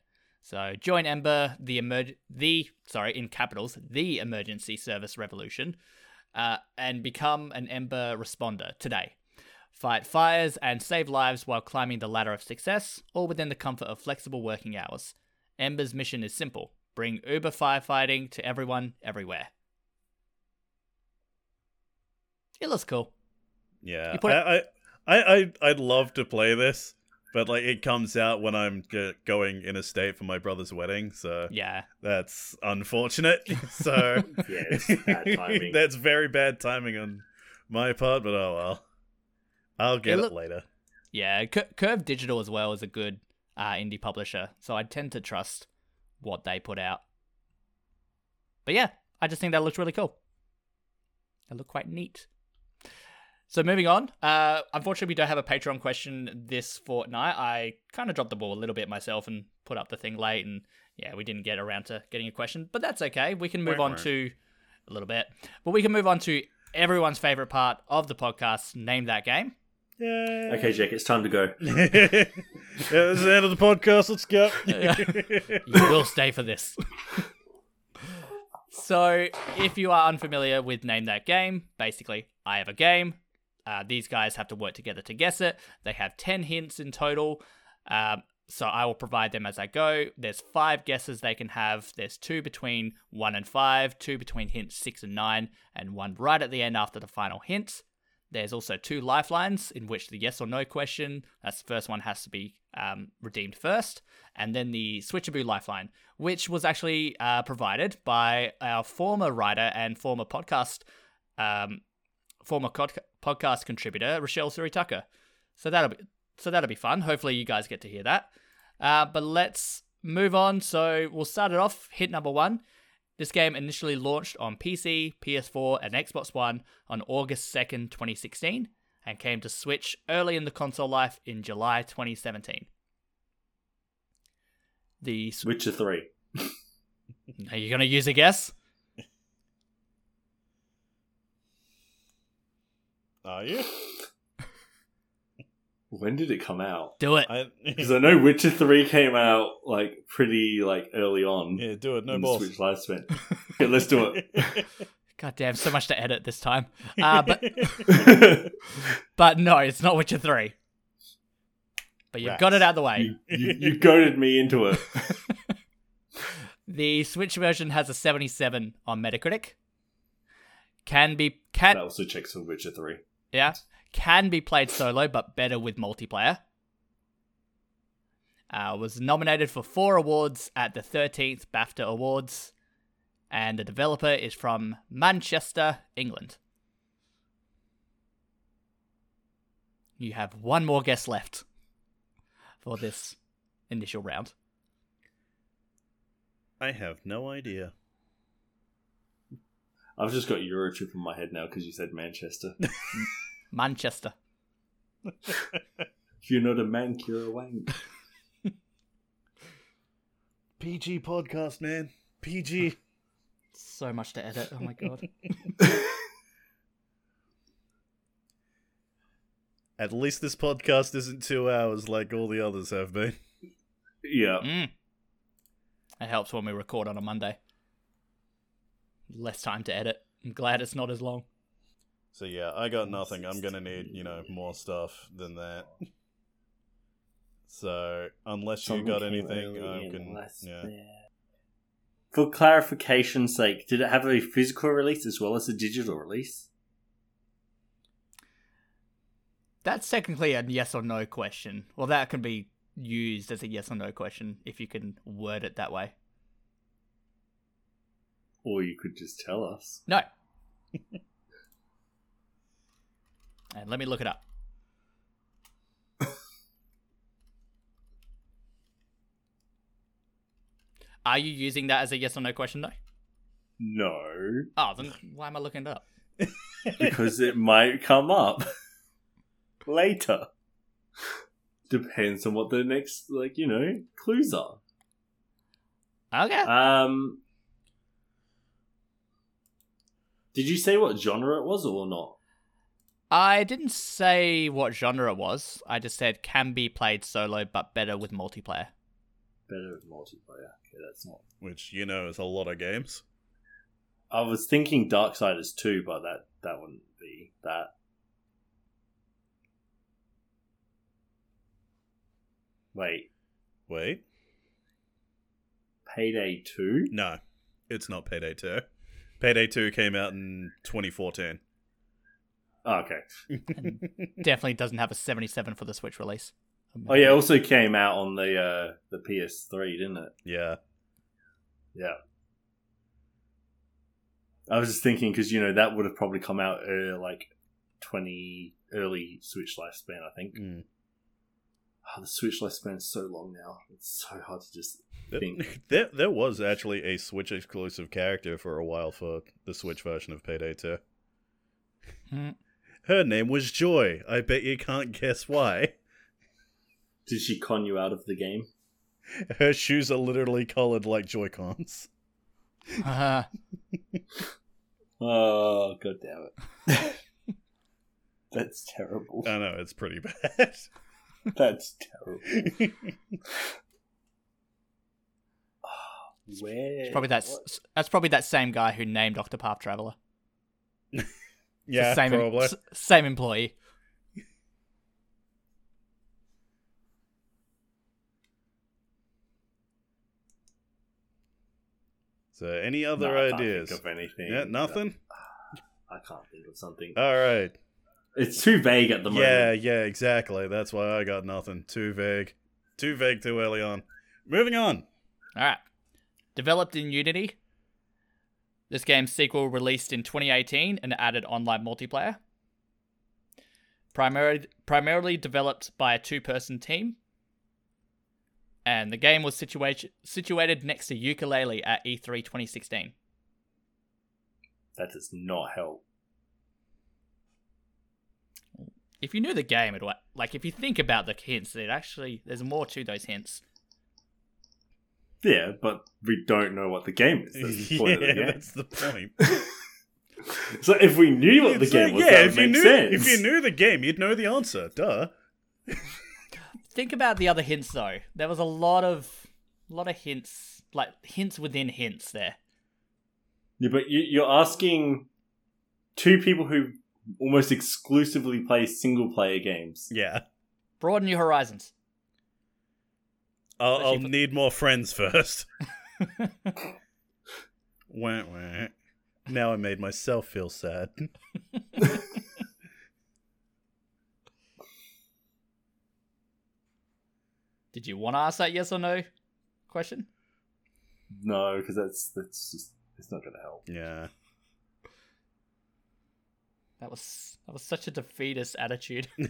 Speaker 1: so join Ember, the emerg the sorry in capitals the emergency service revolution, uh, and become an Ember responder today. Fight fires and save lives while climbing the ladder of success, all within the comfort of flexible working hours. Ember's mission is simple: bring Uber firefighting to everyone, everywhere. It looks cool.
Speaker 3: Yeah,
Speaker 1: You put it-
Speaker 3: I, I, I, I'd, I'd love to play this, but like it comes out when I'm g- going in a state for my brother's wedding, so
Speaker 1: Yeah,
Speaker 3: that's unfortunate. so
Speaker 2: Yeah. Yeah, it's bad timing.
Speaker 3: that's very bad timing on my part, but oh well. I'll get
Speaker 1: It
Speaker 3: it,
Speaker 1: look-
Speaker 3: later.
Speaker 1: Yeah, Cur- Curve Digital as well is a good uh, indie publisher, so I tend to trust what they put out. But yeah, I just think that looks really cool. They look quite neat. So moving on, uh, unfortunately, we don't have a Patreon question this fortnight. I kind of dropped the ball a little bit myself and put up the thing late, and yeah, we didn't get around to getting a question, but that's okay. We can move
Speaker 3: Wah,
Speaker 1: on
Speaker 3: wah.
Speaker 1: to a little bit, but we can move on to everyone's favorite part of the podcast, name that game.
Speaker 3: Yeah.
Speaker 2: Okay, Jack, it's time to go.
Speaker 3: yeah, this is the end of the podcast. Let's go.
Speaker 1: you will stay for this. so, if you are unfamiliar with Name That Game, basically, I have a game. Uh, these guys have to work together to guess it. They have 10 hints in total. Um, so, I will provide them as I go. There's five guesses they can have. There's two between one and five, two between hints six and nine, and one right at the end after the final hint. There's also two lifelines in which the yes or no question, that's the first one, has to be um, redeemed first. And then the switchaboo lifeline, which was actually uh, provided by our former writer and former podcast, um, former cod- podcast contributor, Rochelle Suri Tucker. So that'll be so that'll be fun. Hopefully you guys get to hear that. Uh, but let's move on. So we'll start it off. Hit number one. This game initially launched on PC, PS4, and Xbox One on August 2nd, 2016, and came to Switch early in the console life in July 2017. The Sw-
Speaker 2: Witcher 3.
Speaker 1: are you gonna use a guess?
Speaker 3: Are you?
Speaker 2: When did it come out?
Speaker 1: Do it.
Speaker 3: I,
Speaker 2: Because I know Witcher 3 came out, like, pretty, like, early on.
Speaker 3: yeah, do it. No
Speaker 2: in the
Speaker 3: balls.
Speaker 2: Switch lifespan. okay, let's do it.
Speaker 1: God damn, so much to edit this time. Uh, but
Speaker 2: you,
Speaker 1: but no, it's not Witcher Three. But you've got
Speaker 3: Rats.
Speaker 1: it out of the way.
Speaker 2: you, you goaded me into it.
Speaker 1: The Switch version has a 77 on Metacritic. Can be can
Speaker 2: That also checks for Witcher 3.
Speaker 1: Yeah. Can be played solo, but better with multiplayer. Uh, was nominated for four awards at the 13th BAFTA Awards. And the developer is from Manchester, England. You have one more guess left for this initial round.
Speaker 3: I have no idea.
Speaker 2: I've just got Eurotrip in my head now because you said Manchester.
Speaker 1: Manchester.
Speaker 2: if you're not a mank, you're a wank.
Speaker 3: PG podcast, man. PG.
Speaker 1: So much to edit. Oh my god.
Speaker 3: At least this podcast isn't two hours like all the others have been.
Speaker 2: Yeah.
Speaker 1: Mm. It helps when we record on a Monday. Less time to edit. I'm glad it's not as long.
Speaker 3: So yeah, I got nothing. I'm gonna need you know more stuff than that. So unless you got anything, I can. Yeah.
Speaker 2: For clarification's sake, did it have a physical release as well as a digital release?
Speaker 1: That's technically a yes or no question. Well, that can be used as a yes or no question if you can word it that way.
Speaker 2: Or you could just tell us.
Speaker 1: No. and let me look it up. Are you using that as a yes or no question though?
Speaker 2: No,
Speaker 1: Oh, then why am I looking it up?
Speaker 2: because it might come up later. Depends on what the next, like, you know, clues are.
Speaker 1: Okay.
Speaker 2: Um, did you say what genre it was or not?
Speaker 1: I didn't say what genre it was. I just said can be played solo but better with multiplayer.
Speaker 2: Better with multiplayer. Okay, that's not.
Speaker 3: which you know is a lot of games.
Speaker 2: I was thinking Darksiders 2, but that, that wouldn't be that. Wait,
Speaker 3: Wait,
Speaker 2: Payday 2?
Speaker 3: no, it's not Payday Two. Payday Two came out in 2014.
Speaker 2: Oh, okay.
Speaker 1: Definitely doesn't have a 77 for the Switch release.
Speaker 2: Oh yeah, it also came out on the uh, the PS3, didn't it?
Speaker 3: Yeah,
Speaker 2: Yeah. I was just thinking because you know that would have probably come out uh, like twenty early Switch lifespan. I think
Speaker 3: Mm.
Speaker 2: oh, the Switch lifespan's so long now; it's so hard to just think.
Speaker 3: there there was actually a Switch exclusive character for a while for the Switch version of Payday Two.
Speaker 1: Hmm.
Speaker 3: Her name was Joy. I bet you can't guess why.
Speaker 2: Did she con you out of the game?
Speaker 3: Her shoes are literally colored like Joy Cons.
Speaker 1: Uh,
Speaker 2: Oh god damn it! That's terrible.
Speaker 3: I know it's pretty bad.
Speaker 2: That's terrible. Where?
Speaker 1: probably that's
Speaker 2: what-
Speaker 1: that's probably that same guy who named Octopath Traveler. It's the
Speaker 3: yeah,
Speaker 1: same em-
Speaker 3: probably.
Speaker 1: s- same employee.
Speaker 3: So, any
Speaker 2: No,
Speaker 3: other
Speaker 2: I can't
Speaker 3: ideas?
Speaker 2: Think of anything?
Speaker 3: Yeah, nothing.
Speaker 2: I can't think of something.
Speaker 3: All right.
Speaker 2: It's too vague at the moment.
Speaker 3: Yeah, yeah, exactly. That's why I got nothing. Too vague. Too vague too early on. Moving on.
Speaker 1: All right. Developed in Unity. This game's sequel released in 2018 and added online multiplayer. Primarily, primarily developed by a two person team. And the game was situa- situated next to Ukulele at E E3 2016.
Speaker 2: That does not help.
Speaker 1: If you knew the game, it wa- like if you think about the hints, it actually there's more to those hints.
Speaker 2: Yeah, but we don't know what the game is. That's the point of the
Speaker 3: yeah,
Speaker 2: game.
Speaker 3: that's the point.
Speaker 2: So if we knew what the
Speaker 3: It's
Speaker 2: game
Speaker 3: like,
Speaker 2: was,
Speaker 3: yeah,
Speaker 2: that would
Speaker 3: if you
Speaker 2: make
Speaker 3: knew
Speaker 2: sense.
Speaker 3: if you knew the game, you'd know the answer. Duh.
Speaker 1: Think about the other hints though. There was a lot of lot of hints, like hints within hints there.
Speaker 2: Yeah, but you, you're asking two people who almost exclusively play single player games.
Speaker 3: Yeah.
Speaker 1: Broaden your horizons.
Speaker 3: I'll,
Speaker 1: Especially
Speaker 3: I'll
Speaker 1: for-
Speaker 3: need more friends first. wah, wah. Now I made myself feel sad.
Speaker 1: Did you want to ask that yes or no question?
Speaker 2: No, because that's that's just it's not going to help.
Speaker 3: Yeah.
Speaker 1: That was that was such a defeatist attitude.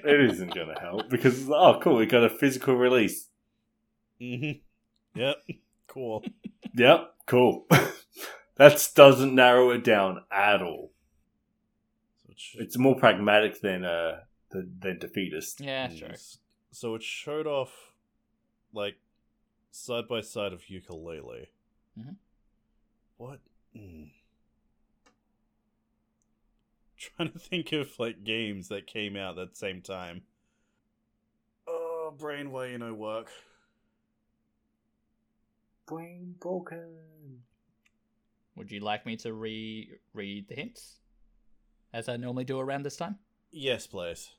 Speaker 3: Mm-hmm.
Speaker 2: It isn't going to help because oh cool, we got a physical release.
Speaker 3: hmm Yep. Cool.
Speaker 2: Yep, cool. that doesn't narrow it down at all. It's more pragmatic than uh than, than defeatist.
Speaker 1: yeah,
Speaker 3: Mm.
Speaker 1: sure.
Speaker 3: So it showed off, like, side by side of ukulele.
Speaker 1: Mhm.
Speaker 3: What? Mm. Trying to think of like games that came out at the same time. Oh, brain, why you no work?
Speaker 2: Brain broken.
Speaker 1: Would you like me to re read the hints? As I normally do around this time?
Speaker 3: Yes, please.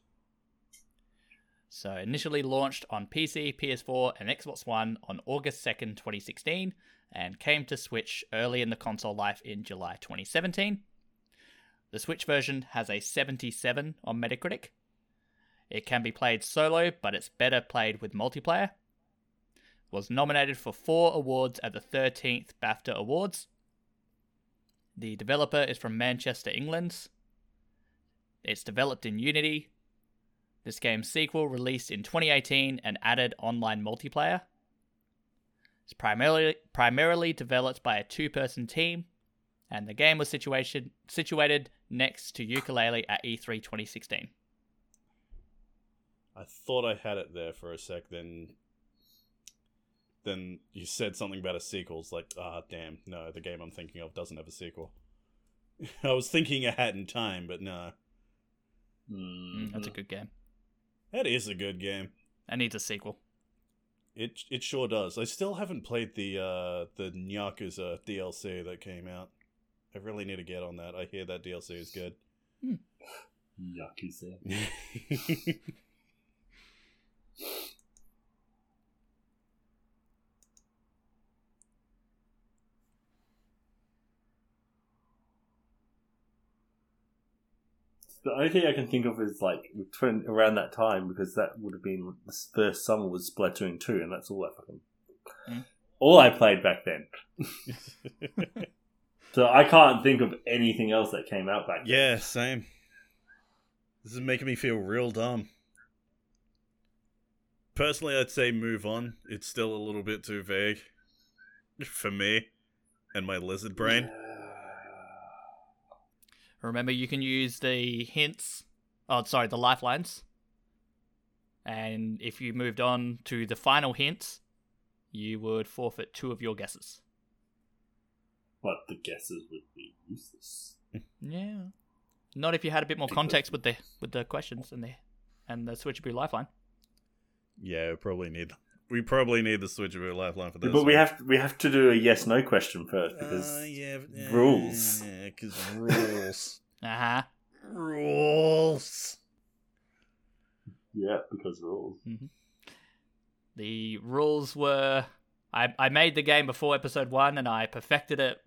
Speaker 1: So, initially launched on PC, PS4, and Xbox One on August 2nd, 2016, and came to Switch early in the console life in July 2017. The Switch version has a 77 on Metacritic. It can be played solo, but it's better played with multiplayer. was nominated for four awards at the 13th BAFTA Awards. The developer is from Manchester, England. It's developed in Unity. This game's sequel released in 2018 and added online multiplayer. It's primarily primarily developed by a two-person team, and the game was situation situated next to Ukulele at E E3 2016.
Speaker 3: I thought I had it there for a sec, then then you said something about a sequel. It's like, ah, damn, no, the game I'm thinking of doesn't have a sequel. I was thinking a hat in time, but no.
Speaker 2: Mm-hmm.
Speaker 1: Mm, That's a good game.
Speaker 3: That is a good game.
Speaker 1: It needs a sequel.
Speaker 3: It it sure does. I still haven't played the uh the Yakuza DLC that came out. I really need to get on that. I hear that DLC is good.
Speaker 2: Yakuza. The only thing I can think of is like between- around that time because that would have been the first summer was Splatoon two, and that's all I fucking
Speaker 1: Mm.
Speaker 2: all I played back then. So I can't think of anything else that came out back. then.
Speaker 3: yeah, same. This is making me feel real dumb. Personally, I'd say move on. It's still a little bit too vague for me and my lizard brain.
Speaker 1: Remember, you can use the hints. Oh, sorry, the lifelines. And if you moved on to the final hints, you would forfeit two of your guesses.
Speaker 2: But the guesses would be useless.
Speaker 1: Yeah. Not if you had a bit more context with the with the questions and the and the switcheroo lifeline.
Speaker 3: Yeah, we probably need we probably need the switcheroo lifeline for this.
Speaker 2: but we
Speaker 3: one.
Speaker 2: have to, we have to do a yes no question first because
Speaker 3: Uh, yeah, but- yeah,
Speaker 2: rules.
Speaker 3: Yeah, because rules,
Speaker 1: Uh huh.
Speaker 3: rules.
Speaker 2: yeah because rules.
Speaker 1: The rules were I, I made the game before episode one and I perfected it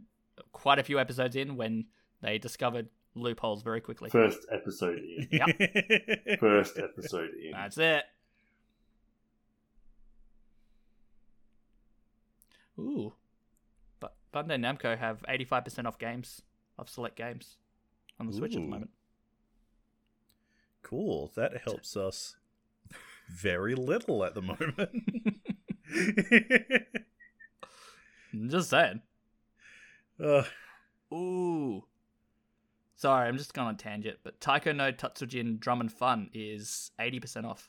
Speaker 1: quite a few episodes in when they discovered loopholes very quickly.
Speaker 2: First episode in. First episode in.
Speaker 1: That's it. Ooh. But Bandai Namco have 85% off games, off select games on the Switch at the
Speaker 3: Ooh.
Speaker 1: moment.
Speaker 3: cool. That helps us very little at the moment.
Speaker 1: Just saying.
Speaker 3: uh,
Speaker 1: Ooh. Sorry, I'm just going on a tangent, but Taiko no Tatsujin Drum and Fun is 80% off.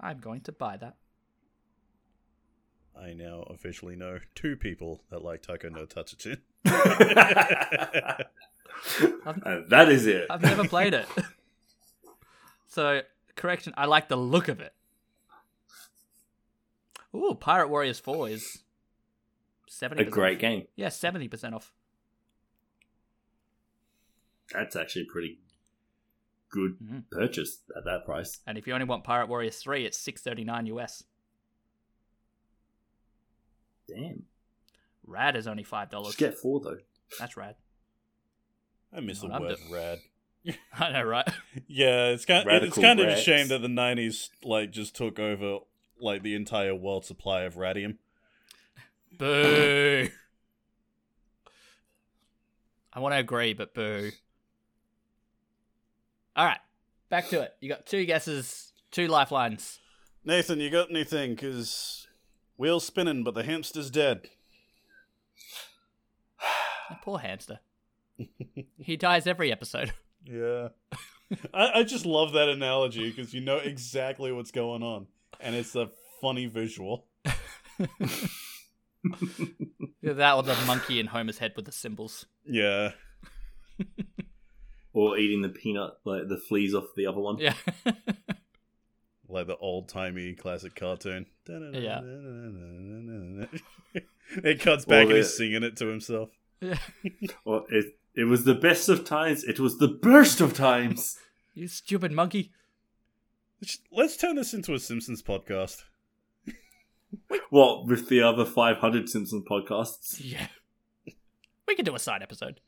Speaker 1: I'm going to buy that.
Speaker 3: I now officially know two people that like Taiko no Tatsujin.
Speaker 2: and that is it.
Speaker 1: I've never played it. so, correction, I like the look of it. Ooh, Pirate Warriors 4 is 70%.
Speaker 2: A great game.
Speaker 1: Yeah, 70% off.
Speaker 2: That's actually a pretty good
Speaker 1: Mhm.
Speaker 2: purchase at that price.
Speaker 1: And if you only want Pirate Warriors 3, it's 639 US.
Speaker 2: Damn.
Speaker 1: Rad is only
Speaker 2: Just
Speaker 1: $5.
Speaker 2: get four though.
Speaker 1: That's rad.
Speaker 3: I miss the
Speaker 1: Well, I'm
Speaker 3: word
Speaker 1: d-
Speaker 3: rad.
Speaker 1: I know, right?
Speaker 3: Yeah, it's kind it's
Speaker 2: Radical
Speaker 3: kind of a
Speaker 2: rats.
Speaker 3: shame that the '90s like just took over like the entire world supply of radium.
Speaker 1: Boo. I want to agree, but boo. All right, back to it. You got two guesses, two lifelines.
Speaker 3: Nathan, you got anything? Cause wheel's spinning, but the hamster's dead.
Speaker 1: That poor hamster. he dies every episode.
Speaker 3: Yeah, I, I just love that analogy because you know exactly what's going on, and it's a funny visual.
Speaker 1: Either that or the monkey in Homer's head with the symbols.
Speaker 3: Yeah,
Speaker 2: Or eating the peanut, like the fleas off the other one.
Speaker 1: Yeah.
Speaker 3: like the old timey classic cartoon.
Speaker 1: Yeah.
Speaker 3: it cuts back
Speaker 2: Or
Speaker 3: and he's
Speaker 2: the-
Speaker 3: singing it to himself.
Speaker 1: yeah.
Speaker 2: Or it, it was the best of times. It was the worst of times.
Speaker 1: You stupid monkey.
Speaker 3: Let's- Let's turn this into a Simpsons podcast.
Speaker 2: what with the other 500 Simpson podcasts?
Speaker 1: Yeah. We could do a side episode.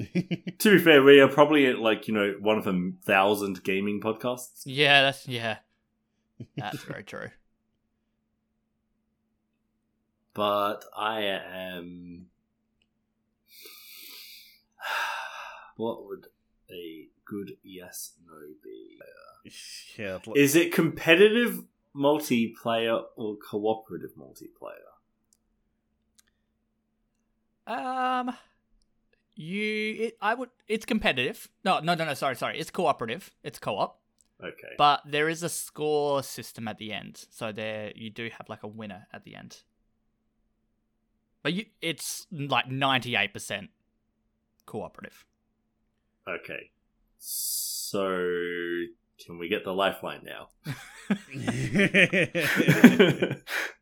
Speaker 2: To be fair, we are probably at like, you know, one of the thousand gaming podcasts.
Speaker 1: Yeah, that's yeah. That's very true.
Speaker 2: but I am. What would a good yes no be?
Speaker 3: Yeah, bl-
Speaker 2: Is it competitive multiplayer or cooperative multiplayer?
Speaker 1: Um, you, it, I would. It's competitive. No, no, no, no. Sorry, sorry. It's cooperative. It's co-op,
Speaker 2: Okay.
Speaker 1: but there is a score system at the end, so there you do have like a winner at the end. But you, it's like ninety-eight percent cooperative.
Speaker 2: Okay. So, can we get the lifeline now?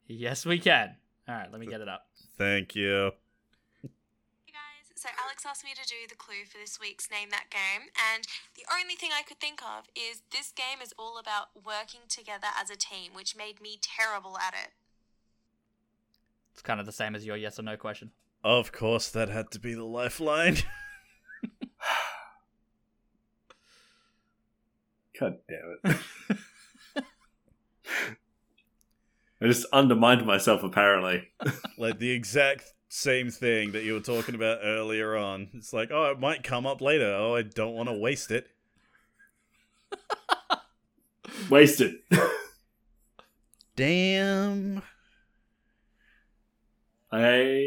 Speaker 1: Yes, we can. All right, let me get it up.
Speaker 3: Thank you.
Speaker 4: Hey guys, so Alex asked me to do the clue for this week's Name That Game, and the only thing I could think of is this game is all about working together as a team, which made me terrible at it.
Speaker 1: It's kind of the same as your yes or no question.
Speaker 3: Of course, that had to be the lifeline.
Speaker 2: God damn it. I just undermined myself, apparently.
Speaker 3: like the exact same thing that you were talking about earlier on. It's like, oh, it might come up later. Oh, I don't want to waste it.
Speaker 2: Wasted.
Speaker 3: Damn.
Speaker 2: I.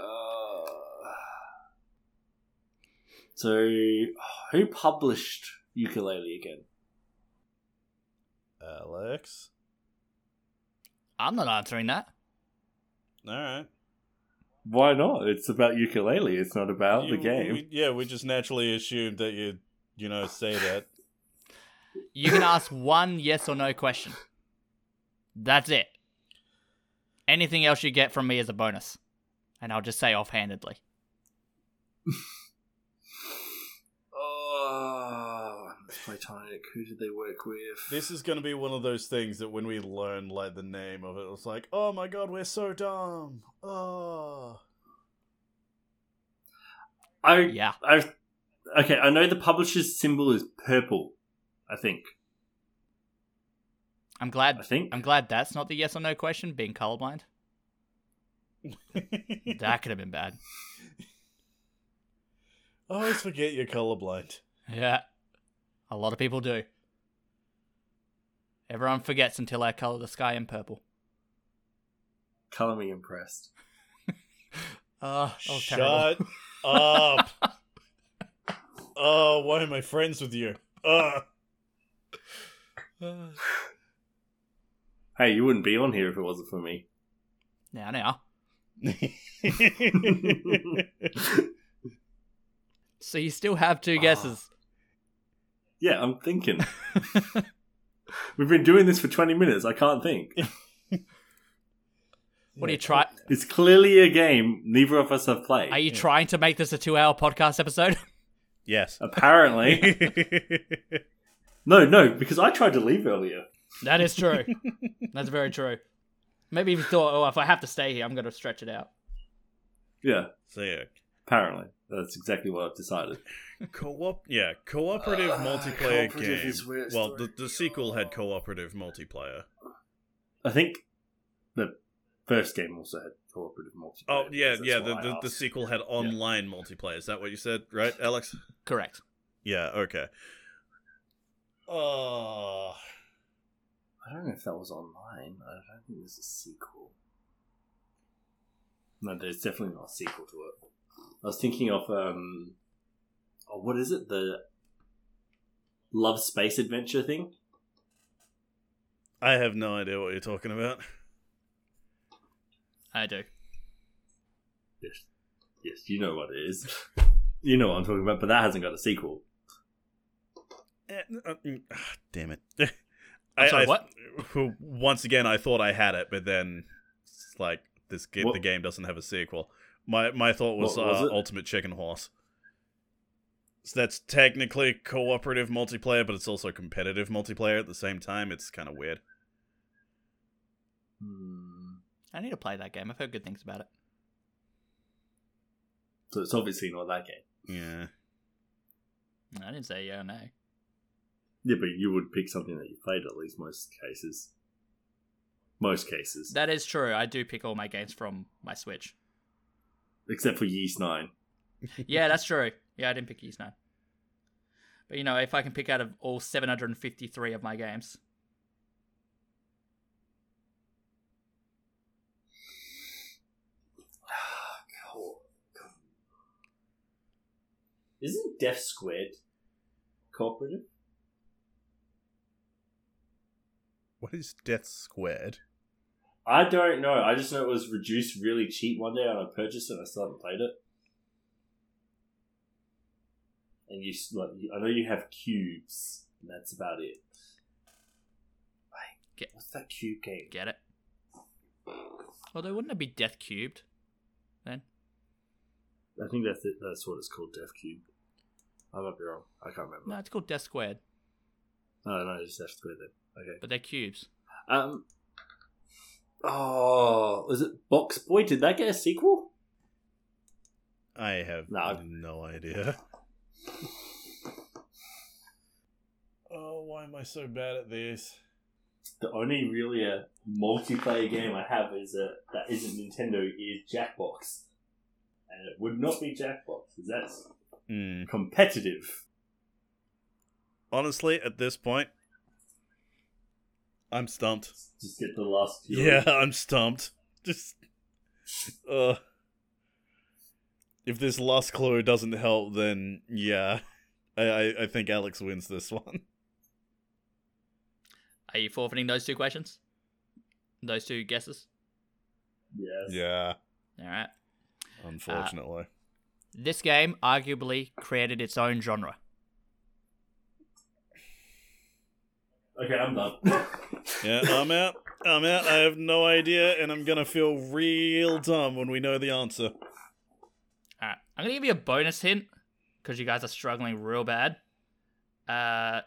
Speaker 2: Uh... So, who published Ukulele again?
Speaker 3: Alex.
Speaker 1: I'm not answering that.
Speaker 3: All right.
Speaker 2: Why not? It's about ukulele. It's not about the
Speaker 3: You-
Speaker 2: game.
Speaker 3: we- yeah, we just naturally assumed that you'd, you know, say that.
Speaker 1: You can ask one yes or no question. That's it. Anything else you get from me is a bonus. And I'll just say offhandedly.
Speaker 2: Oh, Platonic. Who did they work with?
Speaker 3: This is going to be one of those things that when we learn, like, the name of it, it was like, oh my god, we're so dumb. Oh.
Speaker 2: I.
Speaker 1: Yeah.
Speaker 2: I. Okay, I know the publisher's symbol is purple. I think.
Speaker 1: I'm
Speaker 2: I
Speaker 1: glad
Speaker 2: think.
Speaker 1: I'm glad that's not the yes or no question, being colorblind. That could have been bad.
Speaker 3: I always forget you're colorblind.
Speaker 1: Yeah. A lot of people do. Everyone forgets until I color the sky in purple.
Speaker 2: Color me impressed.
Speaker 1: Oh, that was terrible.
Speaker 3: Shut up. oh, why am I friends with you? Ah. Ugh.
Speaker 2: Hey, you wouldn't be on here if it wasn't for me.
Speaker 1: Now, now. So you still have two
Speaker 2: Ah.
Speaker 1: guesses.
Speaker 2: Yeah, I'm thinking. We've been doing this for 20 minutes. I can't think.
Speaker 1: What are you try?
Speaker 2: It's clearly a game neither of us have played.
Speaker 1: Are you trying to make this a two-hour podcast episode?
Speaker 3: Yes.
Speaker 2: Apparently. no, no, because I tried to leave earlier.
Speaker 1: That is true. That's very true. Maybe you thought, oh, if I have to stay here, I'm going to stretch it out.
Speaker 2: Yeah,
Speaker 3: so yeah,
Speaker 2: apparently. That's exactly what I've decided.
Speaker 3: co-op. Yeah, cooperative
Speaker 2: Ah,
Speaker 3: multiplayer
Speaker 2: cooperative
Speaker 3: game.
Speaker 2: is where it's
Speaker 3: Well, the,
Speaker 2: starting.
Speaker 3: the sequel had cooperative multiplayer.
Speaker 2: I think the first game also had cooperative multiplayer.
Speaker 3: Oh yeah,
Speaker 2: because
Speaker 3: yeah.
Speaker 2: that's
Speaker 3: The,
Speaker 2: what I
Speaker 3: the, the
Speaker 2: asked.
Speaker 3: sequel had online multiplayer. Is that what you said? Right, Alex?
Speaker 1: Correct.
Speaker 3: Yeah. Okay.
Speaker 2: Uh,
Speaker 3: Oh.
Speaker 2: I don't know if that was online. I don't think there's a sequel. No, there's definitely not a sequel to it. I was thinking of um, oh, what is it? The love space adventure thing.
Speaker 3: I have no idea what you're talking about.
Speaker 1: I do.
Speaker 2: Yes, yes, you know what it is. You know what I'm talking about, but that hasn't got a sequel.
Speaker 3: Eh, n- uh, mm, ah, damn it.
Speaker 1: I'm sorry, what?
Speaker 3: who- Once again, I thought I had it, but then it's like this game,
Speaker 2: What-
Speaker 3: the game doesn't have a sequel. My my thought was,
Speaker 2: What was
Speaker 3: uh,
Speaker 2: it?
Speaker 3: Ultimate Chicken Horse. So that's technically cooperative multiplayer, but it's also competitive multiplayer at the same time. It's kind of weird.
Speaker 2: Hmm.
Speaker 1: I need to play that game. I've heard good things about it.
Speaker 2: So it's obviously not that game.
Speaker 3: Yeah.
Speaker 1: I didn't say yeah or no.
Speaker 2: Yeah, but you would pick something that you played at least most cases. most cases,
Speaker 1: That is true. I do pick all my games from my Switch.
Speaker 2: except for Yeast Nine.
Speaker 1: Yeah, that's true. Yeah, I didn't pick Yeast 9. But you know, if I can pick out of all 753 of my games.
Speaker 2: Isn't Death Squared cooperative?
Speaker 3: What is Death Squared?
Speaker 2: I don't know. I just know it was reduced really cheap one day and I purchased it. and I still haven't played it. And you s- like, you- I know you have cubes. And that's about it. Like,
Speaker 1: Get-
Speaker 2: what's that cube game?
Speaker 1: Get it? Although, wouldn't it be Death Cubed?
Speaker 2: I think that's it. That's what it's called. Death Cube. I might be wrong. I can't remember.
Speaker 1: No, it's called Death Squared,
Speaker 2: No, no, it's Death Squared then. Okay.
Speaker 1: but they're cubes.
Speaker 2: Um. Oh, was it Box Boy? Did that get a sequel?
Speaker 3: I have
Speaker 2: No.
Speaker 3: no idea. Oh, why am I so bad at these?
Speaker 2: the only really uh, multiplayer game I have is uh, that isn't Nintendo is Jackbox, and it would not be Jackbox because that's
Speaker 3: Hmm.
Speaker 2: competitive.
Speaker 3: Honestly, at this point, I'm stumped.
Speaker 2: Just get the last few.
Speaker 3: Yeah, I'm stumped. Just, uh, if this last clue doesn't help, then yeah, I I, I think Alex wins this one.
Speaker 1: Are you forfeiting those two questions? Those two guesses?
Speaker 2: yeah.
Speaker 1: All
Speaker 3: Yeah,
Speaker 1: right.
Speaker 3: unfortunately.
Speaker 1: This game arguably created its own genre.
Speaker 2: Okay, I'm done.
Speaker 3: yeah, I'm out. I'm out. I have no idea, and I'm gonna feel real dumb when we know the answer.
Speaker 1: All right. I'm going to give you a bonus hint because you guys are struggling real bad. Uh,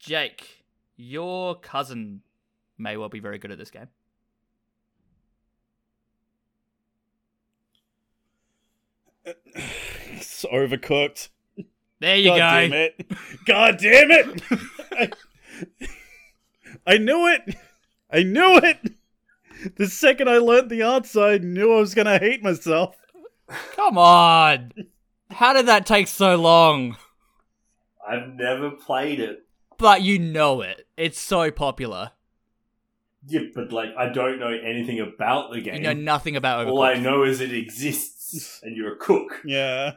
Speaker 1: Jake, your cousin may well be very good at this game.
Speaker 3: It's overcooked.
Speaker 1: There you
Speaker 3: God
Speaker 1: go.
Speaker 3: damn it! God damn it! I, I knew it. I knew it. The second I learned the answer, I knew I was gonna hate myself.
Speaker 1: Come on. How did that take so long?
Speaker 2: I've never played it.
Speaker 1: But you know it. It's so popular.
Speaker 2: Yeah, but like I don't know anything about the game.
Speaker 1: You know nothing about
Speaker 2: all I
Speaker 1: Overcooked.
Speaker 2: know is it exists, and you're a cook.
Speaker 3: Yeah.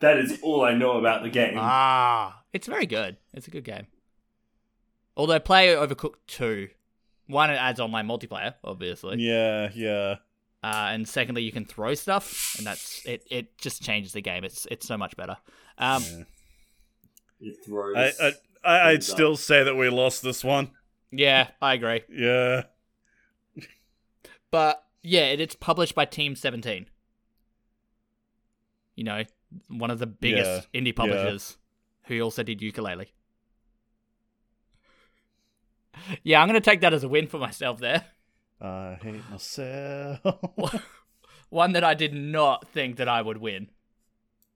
Speaker 2: That is all I know about the game.
Speaker 1: ah, it's very good. It's a good game. Although play Overcooked 2. One, it adds online multiplayer, obviously.
Speaker 3: Yeah. Yeah.
Speaker 1: Uh, and secondly, you can throw stuff, and that's it. It just changes the game. It's it's so much better. Um,
Speaker 3: Yeah.
Speaker 2: It throws.
Speaker 3: I, I, I I'd
Speaker 2: Thumbs up.
Speaker 3: still say that we lost this one.
Speaker 1: yeah, I agree.
Speaker 3: Yeah.
Speaker 1: But yeah, it, it's published by Team Seventeen. You know, one of the biggest indie publishers, who also did Ukulele. Yeah, I'm gonna take that as a win for myself there.
Speaker 3: I hate myself.
Speaker 1: One that I did not think that I would win,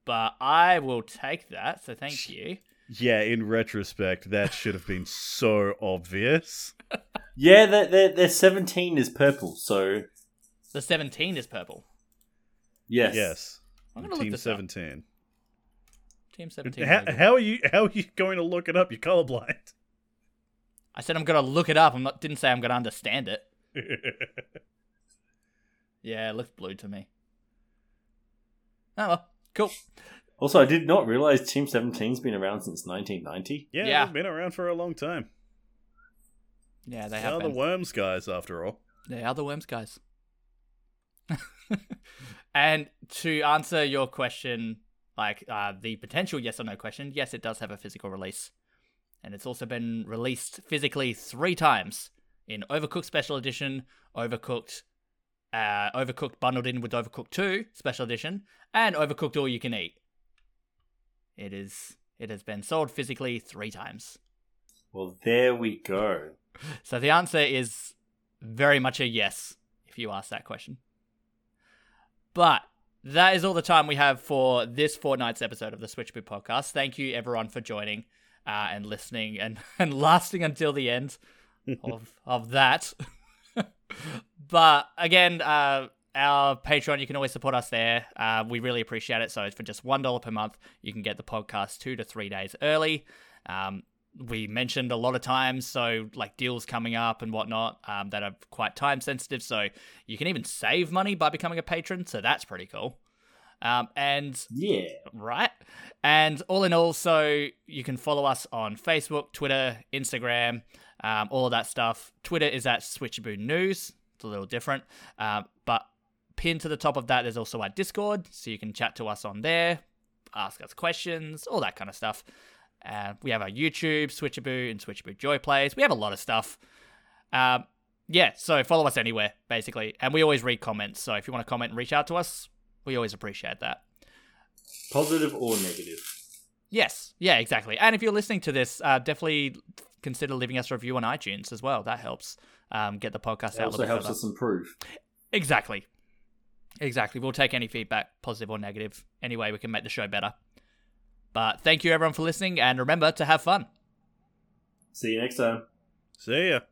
Speaker 1: but I will take that. So thank you.
Speaker 3: yeah, in retrospect, that should have been so obvious.
Speaker 2: yeah, their, their, their 17 is purple, so
Speaker 1: The 17 is purple.
Speaker 2: yes.
Speaker 3: Yes.
Speaker 1: I'm gonna
Speaker 3: Team
Speaker 1: look this up.
Speaker 3: seventeen.
Speaker 1: Team 17.
Speaker 3: How, how are you? How are you going to look it up? You're colorblind.
Speaker 1: I said I'm gonna look it up. I'm not. Didn't say I'm gonna understand it. Yeah, it looks blue to me. Oh well, cool.
Speaker 2: Also, I did not realize Team 17's been around since 1990.
Speaker 3: yeah,
Speaker 1: Yeah.
Speaker 3: they've been around for a long time.
Speaker 1: Yeah, they
Speaker 3: They
Speaker 1: have
Speaker 3: are the
Speaker 1: been.
Speaker 3: worms guys, after all.
Speaker 1: They are the worms, guys. and to answer your question, like uh, the potential yes or no question, yes, it does have a physical release, and it's also been released physically three times in Overcooked Special Edition, Overcooked, uh, Overcooked bundled in with Overcooked Two Special Edition, and Overcooked All You Can Eat. It is. It has been sold physically three times.
Speaker 2: Well, there we go.
Speaker 1: So the answer is very much a yes if you ask that question. But that is all the time we have for this fortnight's episode of the Switchboot podcast. Thank you everyone for joining uh, and listening and, and lasting until the end. of of that. but again, uh, our Patreon, you can always support us there. Uh, we really appreciate it. So for just one dollar per month, you can get the podcast two to three days early. Um, we mentioned a lot of times, so like deals coming up and whatnot um, that are quite time sensitive. So you can even save money by becoming a patron. So that's pretty cool. Um, and
Speaker 2: Yeah.
Speaker 1: right? And all in all, so you can follow us on Facebook, Twitter, Instagram, um, all of that stuff. Twitter is at Switchaboo News. It's a little different, uh, but pinned to the top of that, there's also our Discord, so you can chat to us on there, ask us questions, all that kind of stuff. Uh, we have our YouTube, Switchaboo, and Switchaboo Joy Plays. We have a lot of stuff. Um, yeah, so follow us anywhere, basically. And we always read comments, so if you want to comment and reach out to us, we always appreciate that.
Speaker 2: Positive or negative?
Speaker 1: Yes. Yeah, exactly. And if you're listening to this, uh, definitely consider leaving us a review on iTunes as well. That helps um, get the podcast out
Speaker 2: That
Speaker 1: a
Speaker 2: also
Speaker 1: little
Speaker 2: helps
Speaker 1: further.
Speaker 2: us improve.
Speaker 1: Exactly. Exactly. We'll take any feedback, positive or negative. Anyway, we can make the show better. But thank you, everyone, for listening. And remember to have fun.
Speaker 2: See you next time.
Speaker 3: See ya.